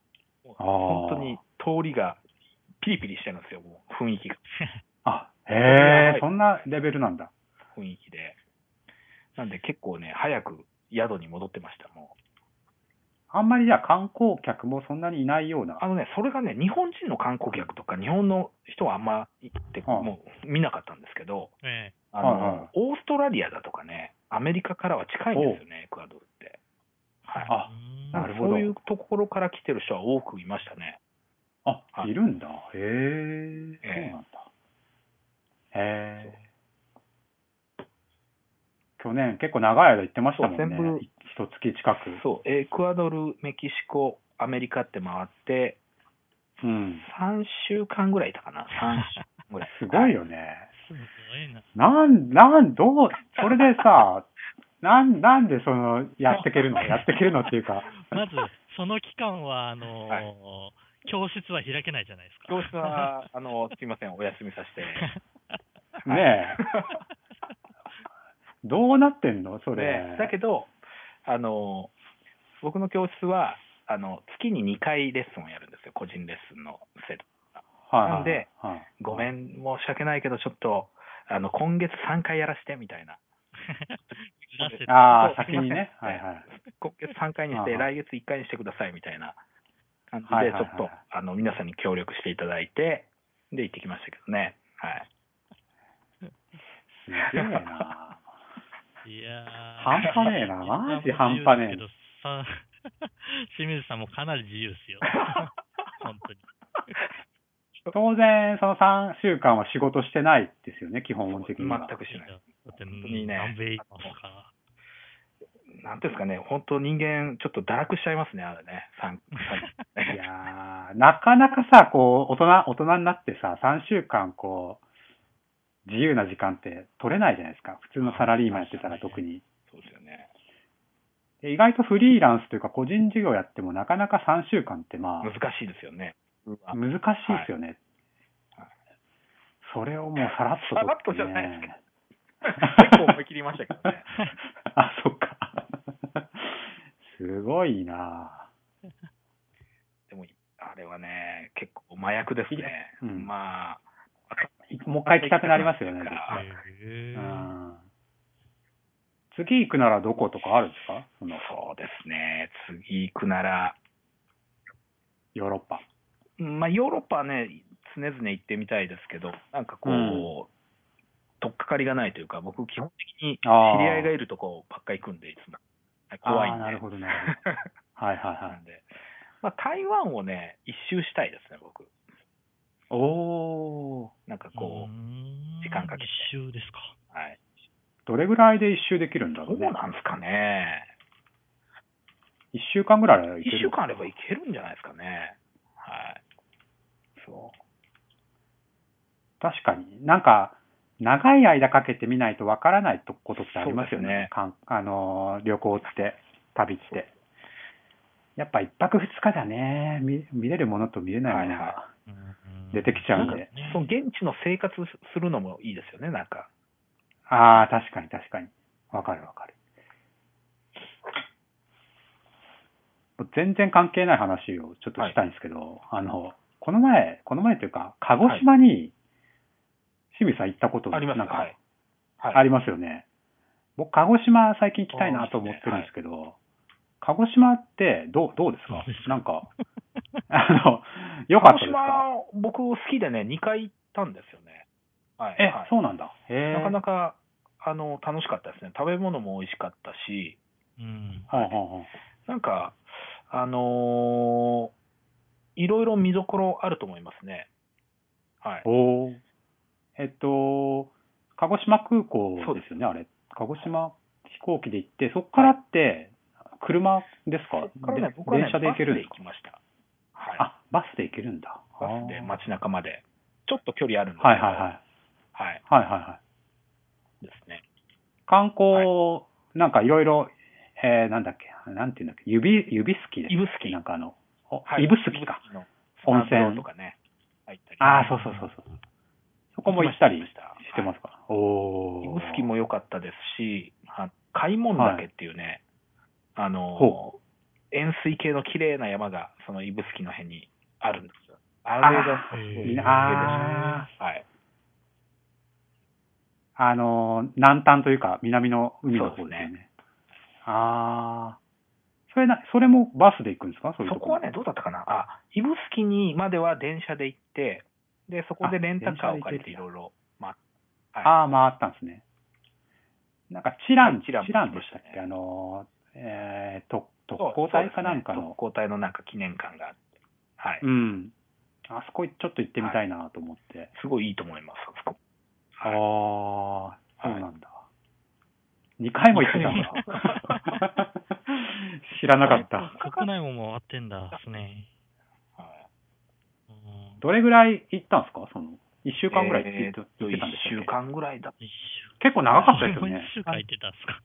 Speaker 2: もう
Speaker 1: あー
Speaker 2: 本当に通りがピリピリしてるんですよ、もう雰囲気が、
Speaker 1: あ、
Speaker 2: や
Speaker 1: へ
Speaker 2: ば
Speaker 1: え
Speaker 2: い、
Speaker 1: そんなレベルなんだ。
Speaker 2: 雰囲気で。なんで結構ね、早く宿に戻ってました、もう。
Speaker 1: あんまりじゃあ観光客もそんなにいないような。
Speaker 2: あのね、それがね、日本人の観光客とか、日本の人はあんま行って、
Speaker 1: ああ
Speaker 2: もう見なかったんですけど、
Speaker 3: ええ。
Speaker 2: あの、
Speaker 1: はいはい
Speaker 2: オーストラリアだとかね、アメリカからは近いんですよね、エクアドルって。はい。
Speaker 1: あ
Speaker 3: うーん
Speaker 2: な
Speaker 1: な
Speaker 2: んか
Speaker 1: るほど
Speaker 2: そういうところから来てる人は多くいましたね。
Speaker 1: あ、
Speaker 2: はい
Speaker 1: いるんだ。へ
Speaker 2: え
Speaker 1: え、そう
Speaker 2: え
Speaker 1: なんだ。へえ。去年結構長い間行ってましたもんね
Speaker 2: そう全部。
Speaker 1: 一月近く。
Speaker 2: そう、エクアドル、メキシコ、アメリカって回って、
Speaker 1: うん。
Speaker 2: 3週間ぐらいいたかな、3週間ぐらい
Speaker 1: (laughs) 。すごい
Speaker 2: よ。
Speaker 1: よね。
Speaker 3: (laughs) すごいな。
Speaker 1: なん、なん、どう、それでさ、 (laughs) なん、なんでその、やってけるの
Speaker 2: (laughs)
Speaker 1: やってけるのっていうか、
Speaker 3: まず、その期間は、あのー
Speaker 2: は
Speaker 3: 教室は開けないじゃないですか。
Speaker 2: 教室は、あの、すいません、お休みさせて。
Speaker 1: ねえ。
Speaker 2: (laughs)
Speaker 1: どうなってんのそれ。
Speaker 2: でだけど、あの、僕の教室は、あの、月に2回レッスンをやるんですよ、個人レッスンの生徒。
Speaker 1: はいはい
Speaker 2: なんで、
Speaker 1: はい
Speaker 2: ごめん、申し訳ないけど、ちょっと、あの、今月3回やらして、みたいな。
Speaker 3: ずらせて。
Speaker 1: ああ、
Speaker 2: そう
Speaker 1: 先にね。
Speaker 2: すいません
Speaker 1: はいはい。
Speaker 2: 今月3回にして、
Speaker 1: ああ
Speaker 2: 来月1回にしてくださいみたいな感じ
Speaker 1: はい
Speaker 2: で、
Speaker 1: は
Speaker 2: ち
Speaker 1: いは
Speaker 2: ょ
Speaker 1: い
Speaker 2: っと、あの、皆さんに協力していただいて、で、行ってきましたけどね。はい。
Speaker 1: すげえな。
Speaker 3: (laughs) いやー
Speaker 1: 半端ねえなマジ半端ねえ
Speaker 3: けどさ、 (laughs) 清水さんもかなり自由で
Speaker 2: (laughs)
Speaker 3: すよ。本当に。
Speaker 1: 当然、その3週間は仕事してないですよね、基本的には。
Speaker 2: 全くしない。
Speaker 3: だって、
Speaker 2: 当にね
Speaker 3: 南米行きますから。
Speaker 2: なんていうんですかね、本当人間、ちょっと堕落しちゃいますね、あれね。三
Speaker 1: いやーなかなかさ、こう、大人、大人になってさ、3週間、こう、自由な時間って取れないじゃないですか。普通のサラリーマンやってたら特に。
Speaker 2: (laughs) そうですよね。
Speaker 1: で意外とフリーランスというか個人事業やってもなかなか3週間ってま
Speaker 2: 難しいですよね。う
Speaker 1: あ、
Speaker 2: わ
Speaker 1: 難しいですよね
Speaker 2: はい。
Speaker 1: それをもうさらっと
Speaker 2: さらっと
Speaker 1: 取
Speaker 2: じ
Speaker 1: っ
Speaker 2: ゃ
Speaker 1: て
Speaker 2: ない
Speaker 1: ね
Speaker 2: ですか。結構思い切りましたけど
Speaker 1: (laughs)
Speaker 2: ね。
Speaker 1: あ、そっか。すごいな
Speaker 2: でも、あれはね、結構麻薬ですね。
Speaker 1: うん
Speaker 2: まあ、
Speaker 1: もう一回行きたくなりますよね。
Speaker 2: あ
Speaker 3: へ
Speaker 1: う
Speaker 3: ー
Speaker 1: ん、次行くならどことかあるんですかその
Speaker 2: そうですね。次行くなら、
Speaker 1: ヨーロッパ。
Speaker 2: まあ、ヨーロッパはね、常々行ってみたいですけど、なんかこう、
Speaker 1: うん
Speaker 2: 取っかかりがないというか、僕、基本的に知
Speaker 1: あー
Speaker 2: り合いがいるとこばっかり行くんで、いつも。はい怖いん
Speaker 1: あー
Speaker 2: で。
Speaker 1: なるほど、なる
Speaker 2: (laughs)
Speaker 1: ほど。はいはいは
Speaker 2: ないん。で、まあ、台湾をね、一周したいですね、僕。
Speaker 1: おー。
Speaker 2: なんかこう、
Speaker 3: うーん
Speaker 2: 時間かけて
Speaker 3: 一周ですか。
Speaker 2: はい。
Speaker 1: どれぐらいで一周できるんだ
Speaker 2: ど
Speaker 1: ろ
Speaker 2: う
Speaker 1: うね。
Speaker 2: なんですかね。
Speaker 1: 一週間ぐらいは行け
Speaker 2: 一
Speaker 1: る。
Speaker 2: 週間あれば行けるんじゃないですかね。はい。そう。
Speaker 1: 確かに。なんか、長い間かけてみないとわからないとことってありますよね。
Speaker 2: そうですね
Speaker 1: かんあのー旅行って、旅って。やっぱ一泊二日だね。見見れるものと見れないもの
Speaker 2: はいは
Speaker 1: が
Speaker 3: うん
Speaker 1: 出てきちゃうんで。
Speaker 2: その現地の生活するのもいいですよね、なんか。
Speaker 1: ああ、確かに確かに。わかるわかる。全然関係ない話をちょっとしたいんですけど、あの、この前、この前というか、鹿児島に、清水さん行ったこと
Speaker 2: あります
Speaker 1: なんか、
Speaker 2: はい。はい
Speaker 1: ありますよね。僕、鹿児島最近行きたいなと思ってるんですけど、鹿児島ってどう、どうですか
Speaker 3: どうですか
Speaker 1: なんか、あの、よかったで
Speaker 2: 鹿児
Speaker 1: すか
Speaker 2: 島、僕好きでね、2回行ったんですよね。はい。
Speaker 1: え、
Speaker 2: はい
Speaker 1: そうなんだ。へえ。
Speaker 2: なかなか、あの、楽しかったですね。食べ物も美味しかったし、
Speaker 3: うん。
Speaker 1: はいはいはい。
Speaker 2: なんか、あのーいろいろ見どころあると思いますね。はい。
Speaker 1: おお。えっと、鹿児島空港
Speaker 2: そう
Speaker 1: で
Speaker 2: です
Speaker 1: よね、あれ。鹿児島行機で行って、そこからって、車ですか
Speaker 2: そっからね
Speaker 1: で、
Speaker 2: 僕はね、
Speaker 1: 電車で行けるんです
Speaker 2: バ
Speaker 1: か
Speaker 2: スで行きました。はい。
Speaker 1: あ、バスで行けるんだ。
Speaker 2: バスで街中まで。ちょっと距離あるんですけど、
Speaker 1: はいはいはい。
Speaker 2: はい。
Speaker 1: はいはいはい。
Speaker 2: ですね。
Speaker 1: 観光、なんかいろいろ、えー、なんだっけ、なんていうんだっけ、指、指すきで
Speaker 2: 指
Speaker 1: す。
Speaker 2: 宿
Speaker 1: なんかあの、お
Speaker 2: はい。
Speaker 1: 指宿か。
Speaker 2: 指宿の
Speaker 1: 温泉
Speaker 2: スナーとかね。入ったり。
Speaker 1: ああ、そうそうそうそう。そこも行ったり
Speaker 2: 行きま
Speaker 1: し
Speaker 2: した行きましてた
Speaker 1: ますか。おお。
Speaker 2: 指宿も良かったですし、あ開門岳っていうね、あの
Speaker 1: ほ、
Speaker 2: 円錐形の綺麗な山が、その指宿の辺にあるんですよ。あ
Speaker 1: あ
Speaker 2: れが
Speaker 1: ー
Speaker 2: すごい
Speaker 3: えー
Speaker 2: 綺麗でしたね
Speaker 1: あ
Speaker 2: はい。
Speaker 1: あのー、南端というか、南の海の方ですよ
Speaker 2: そうで
Speaker 1: ね。ああ。それな、それもバスで行くんですかそういう
Speaker 2: そ
Speaker 1: とこ
Speaker 2: こはね、どうだったかなあ、指宿にまでは電車で行って、で、そこでレンタカーを借りていろいろ、まあ、はい
Speaker 1: ああ、回ったんですね。なんか、チラ
Speaker 2: は
Speaker 1: ン、
Speaker 2: い
Speaker 1: チ
Speaker 2: チ
Speaker 1: ラ
Speaker 2: ラ
Speaker 1: ン
Speaker 2: ン
Speaker 1: でしたっ
Speaker 2: そうです
Speaker 1: け
Speaker 2: ね
Speaker 1: あのー、えー、と
Speaker 2: そう
Speaker 1: 特攻隊かなんか
Speaker 2: そうです
Speaker 1: の。
Speaker 2: ね特攻隊のなんか記念館があって、はい。
Speaker 1: うん。あそこちょっと行ってみたいなと思って。
Speaker 2: すごいいいと思います、あそこ。はい
Speaker 1: ああ、
Speaker 2: はい
Speaker 1: そうなんだ。二回も行ってたん
Speaker 2: 二回
Speaker 1: だ。 (laughs) 知らなかった。
Speaker 3: 国内も回ってんだですね。
Speaker 2: はい
Speaker 3: うん
Speaker 1: どれぐらい行ったんですかその、一週間ぐらい
Speaker 2: え
Speaker 1: 行
Speaker 2: ー
Speaker 1: って行
Speaker 2: っと、
Speaker 1: って
Speaker 2: 一
Speaker 1: たんでしたっけ
Speaker 2: 週間ぐらいだ、
Speaker 3: 一週
Speaker 1: 結構長かったですよ
Speaker 2: (laughs)
Speaker 3: もう
Speaker 1: ね
Speaker 3: 一。週間行ってたんですか。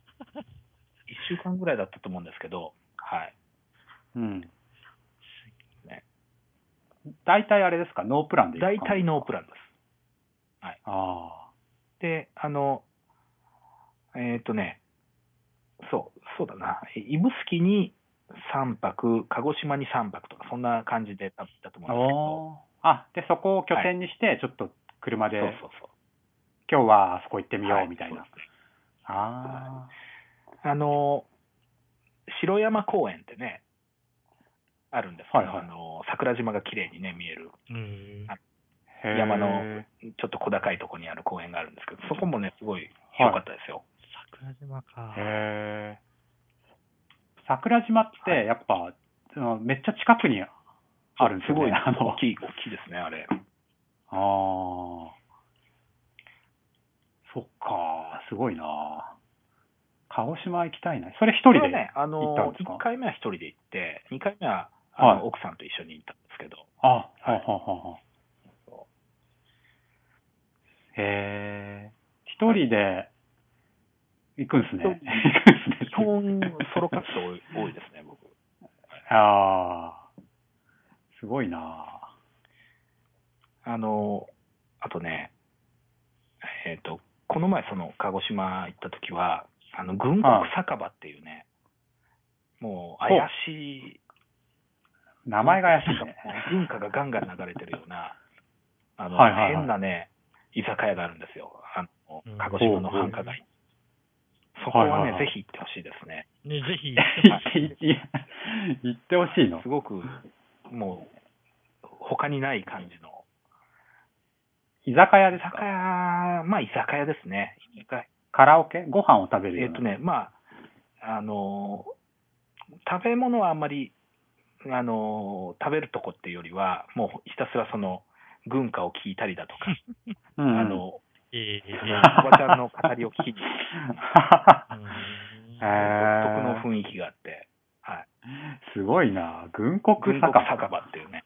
Speaker 2: 一週間ぐらいだったと思うんですけど、はい。
Speaker 1: うん
Speaker 2: ね。
Speaker 1: 大体あれですかノープランで行
Speaker 2: 大
Speaker 1: く感じ
Speaker 2: 体ノープランです。
Speaker 1: あ
Speaker 2: で、あの、えーっ、とね、そう、そうだな、指宿に3泊、鹿児島に3泊とか、そんな感じでだったと
Speaker 1: あ。
Speaker 2: 思うん
Speaker 1: おーあ、で、そこを拠点にして、ちょっと車で、
Speaker 2: ですけど、そうそう
Speaker 1: 今日はあそこ行って
Speaker 2: そう。
Speaker 1: みよ
Speaker 2: は
Speaker 1: うみたいな。
Speaker 2: そうです
Speaker 1: あ
Speaker 2: あの、城山公園ってね、あるんですけ
Speaker 1: は
Speaker 2: ど、
Speaker 1: いはい
Speaker 2: あの桜島が綺麗にね、見える、
Speaker 3: うん。
Speaker 1: あ。へー
Speaker 2: 山のちょっと小高いところにある公園があるんですけど、そこもね、すごい良かったですよ。
Speaker 3: 桜島か。
Speaker 1: へえ。桜島って、やっぱ、そのめっちゃ近くにあるんです
Speaker 2: す
Speaker 1: よ
Speaker 2: ご
Speaker 1: ね。
Speaker 2: い
Speaker 1: あの
Speaker 2: 大きい、大きいですね、あれ。
Speaker 1: ああ。そっか、すごいな。鹿児島行きたいな。それ一人
Speaker 2: こ
Speaker 1: で。
Speaker 2: れはね、あ
Speaker 1: 行ったん
Speaker 2: の、
Speaker 1: ですか
Speaker 2: 1回目は一人で行って、2回目はあ
Speaker 1: はい
Speaker 2: の奥さんと一緒に行ったんですけど、
Speaker 1: (laughs) あ、はいはいはいはい
Speaker 2: そ。
Speaker 1: へえ。一人で行くんすね。
Speaker 2: 一
Speaker 1: 行
Speaker 2: 人
Speaker 1: くんすね。
Speaker 2: 基本ソロ活動多いですね、僕。
Speaker 1: ああ。すごいな。
Speaker 2: あの、あとね、えっ、と、この前その鹿児島行った時は、あの、軍国酒場っていうね、もう怪しい、
Speaker 1: 名前が怪しいね。
Speaker 2: (laughs)
Speaker 1: (laughs)
Speaker 2: 文化がガンガン流れてるような、あの、
Speaker 1: はいはいはい
Speaker 2: 変なね、居酒屋があるんですよ。あの
Speaker 3: うん、
Speaker 2: 鹿児島の繁華街。そこ
Speaker 1: は
Speaker 2: はい
Speaker 1: はいは
Speaker 2: ね、
Speaker 1: い
Speaker 2: ぜひ行ってほしいですね。
Speaker 3: ね、ぜ
Speaker 1: (laughs)
Speaker 3: ひ行ってほしい。
Speaker 1: 言って言ってほしいの
Speaker 2: す。ごく、もう、他にない感じの。
Speaker 1: 居酒屋で
Speaker 2: 居
Speaker 1: す
Speaker 2: 酒
Speaker 1: か
Speaker 2: 屋、まあ居酒屋ですね。居酒屋
Speaker 1: カラオケご飯を食べる
Speaker 2: え
Speaker 1: よ
Speaker 2: っ、
Speaker 1: うな。
Speaker 2: とね、まあ、あのー食べ物はあんまり、あのー食べるとこっていうよりは、もうひたすらその、軍歌を聞いたりだとか、
Speaker 1: うんうん
Speaker 2: あ、の、
Speaker 3: ええ
Speaker 2: おばちゃんの語りを聞
Speaker 1: (laughs)
Speaker 2: きに、
Speaker 3: うん
Speaker 1: へ
Speaker 2: 独特
Speaker 1: ー
Speaker 2: の雰囲気があって、はい。
Speaker 1: すごいな。軍国
Speaker 2: 軍
Speaker 1: 酒
Speaker 2: 国
Speaker 1: 場。
Speaker 2: 酒場っていうね、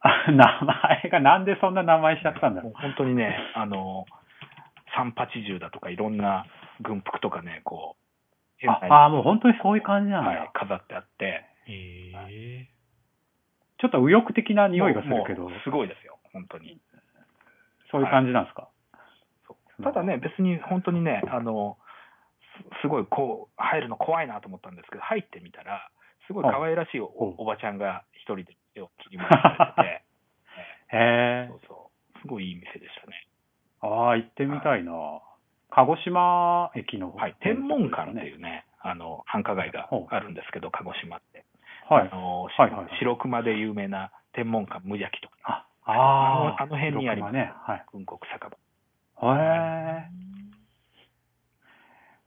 Speaker 1: あ (laughs) 名前が、なんでそんな名前しちゃったんだろ
Speaker 2: もう
Speaker 1: う。
Speaker 2: 本当にね、あのー、三八十だとかいろんな軍服とかね、こう、
Speaker 1: ああー、もう本当にそういう感じなんだ。
Speaker 2: はい、飾ってあって、
Speaker 3: え
Speaker 1: ちょっと右翼的な匂いがするけど
Speaker 2: もうもう、すごいですよ、本当に。
Speaker 1: そういう感じなんですか。
Speaker 2: そうただね、別に本当にね、あのすすごいこう入るの怖いなと思ったんですけど、入ってみたら、すごい可愛らしいお
Speaker 1: ほう
Speaker 2: おばちゃんが一人で手を切り回されて
Speaker 1: へ
Speaker 2: て、
Speaker 1: え
Speaker 2: そう。そう、すごいいい店でしたね。
Speaker 1: ああ、行ってみたいな。鹿児島駅の方
Speaker 2: はい、天文館っていう。ね、あの繁華街が
Speaker 1: ほう
Speaker 2: あるんですけど、鹿児島って、
Speaker 1: は
Speaker 2: あ
Speaker 1: い。
Speaker 2: のし
Speaker 1: はいはいはい
Speaker 2: 白熊で有名な天文館無邪気とか、
Speaker 1: あ、あー
Speaker 2: あのあの辺にあります
Speaker 1: 広島ね。はい。
Speaker 2: 軍国酒場。
Speaker 1: へえ。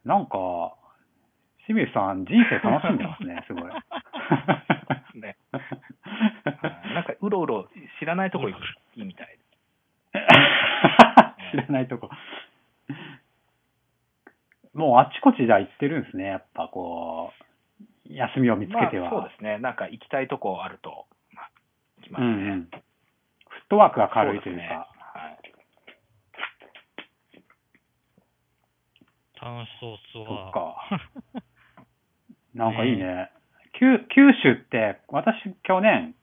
Speaker 1: なんか、清水さん、人生楽しんでます
Speaker 2: (laughs)
Speaker 1: ね、すごい。
Speaker 2: ね、はいなんかうろうろ知らないとこ行くいいみたい
Speaker 1: 知らないとこ。もうあっちこっちじゃ行ってるんですね、やっぱこう、休みを見つけては。
Speaker 2: まあ、そうですね。なんか行きたいとこあると、まあ、行きます
Speaker 1: う
Speaker 2: ね。
Speaker 1: んうん。フットワークが軽いという
Speaker 2: そ
Speaker 1: か。
Speaker 2: ですね
Speaker 3: 楽しそうっす
Speaker 1: そ
Speaker 3: わ。
Speaker 1: っか。
Speaker 2: (laughs)
Speaker 1: なんかいいね。九九州って、私去年、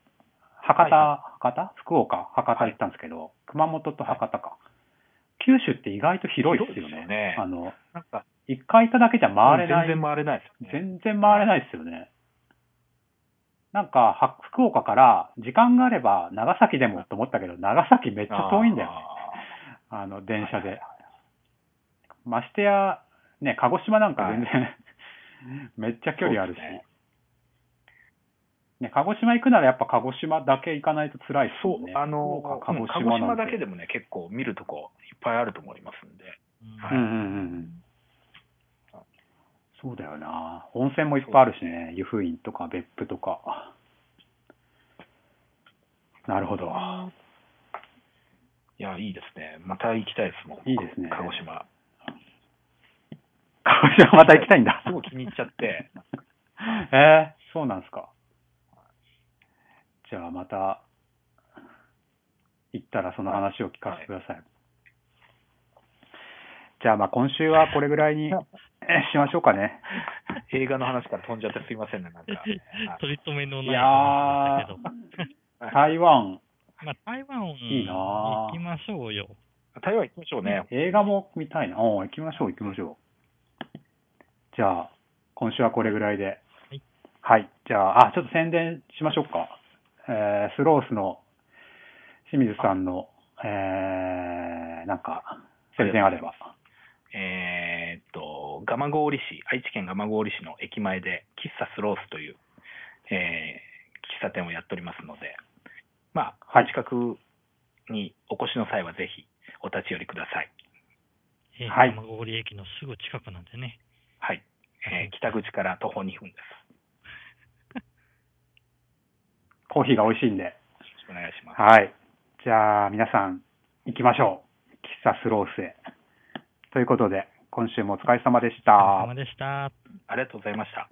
Speaker 1: 博多、
Speaker 2: は
Speaker 1: 博多福岡、博多行ったんですけど、熊本と博多か。九州って意外と広いですよ
Speaker 2: 広いです
Speaker 1: ね。
Speaker 2: よね
Speaker 1: あの、
Speaker 2: はい。なんか、
Speaker 1: 一回行っただけじゃ回れない。
Speaker 2: 全然回れないですよね。
Speaker 1: 全然回れないですよね。なんか、は福岡から時間があれば長崎でもと思ったけど、長崎めっちゃ遠いんだよね。あの、電車
Speaker 2: はいはい
Speaker 1: で。ましてや、ね、鹿児島なんか全然、 (laughs) めっちゃ距離あるし。
Speaker 2: そうで
Speaker 1: ね
Speaker 2: す
Speaker 1: 鹿児島行くならやっぱ鹿児島だけ行かないと辛いです
Speaker 2: そ
Speaker 1: も
Speaker 2: う、
Speaker 1: んね。
Speaker 2: あの、
Speaker 1: 福
Speaker 2: うん鹿児島だけでもね、結構見るとこいっぱいあると思いますんで。
Speaker 1: うんうんうんうん。そうだよな。温泉もいっぱいあるしね。湯布院とか別府とか。なるほど。
Speaker 2: いや、いいですね。また行きたいですもん。
Speaker 1: いいですね
Speaker 2: 鹿児島。
Speaker 1: 鹿児島また行きたいんだ。
Speaker 2: すごい気に入っちゃって。
Speaker 1: えー、そうなんですか。じゃあまた、行ったらその話を聞かせてください。じゃあまあ今週はこれぐらいにえしましょうかね。
Speaker 2: 映画の話から飛んじゃってすいませんね、なんか。
Speaker 3: 取り留めの
Speaker 1: い
Speaker 3: ない
Speaker 1: や
Speaker 3: 話でしたけ
Speaker 1: ー、台湾、
Speaker 3: ど。まあ、台湾
Speaker 1: いいなあ
Speaker 3: 行きましょうよ。
Speaker 2: 台湾行きましょうね。
Speaker 1: 映画も見たいな。おー行きましょう行きましょう。じゃあ、今週はこれぐらいで。
Speaker 3: い
Speaker 1: はい。じゃあ、あ、ちょっと宣伝しましょうか。えー、スロースの清水さんの、えー、なんか、宣伝あれば。
Speaker 2: えーっと、蒲郡市、愛知県蒲郡市の駅前で、喫茶スロースという、えー喫茶店をやっておりますので、まあ、
Speaker 1: はい
Speaker 2: 近くにお越しの際はぜひお立ち寄りください。
Speaker 3: えー、
Speaker 1: はい
Speaker 3: 山郡駅のすぐ近くなんでね。
Speaker 2: はい。えー北口から徒歩2分です。
Speaker 1: コーヒーが美味しいんで。
Speaker 2: よろしくお願いします。
Speaker 1: はい。じゃあ、皆さん、行きましょう。喫茶スロースへ。ということで、今週もお疲れ様でした。
Speaker 3: お疲れ様でした。
Speaker 2: ありがとうございました。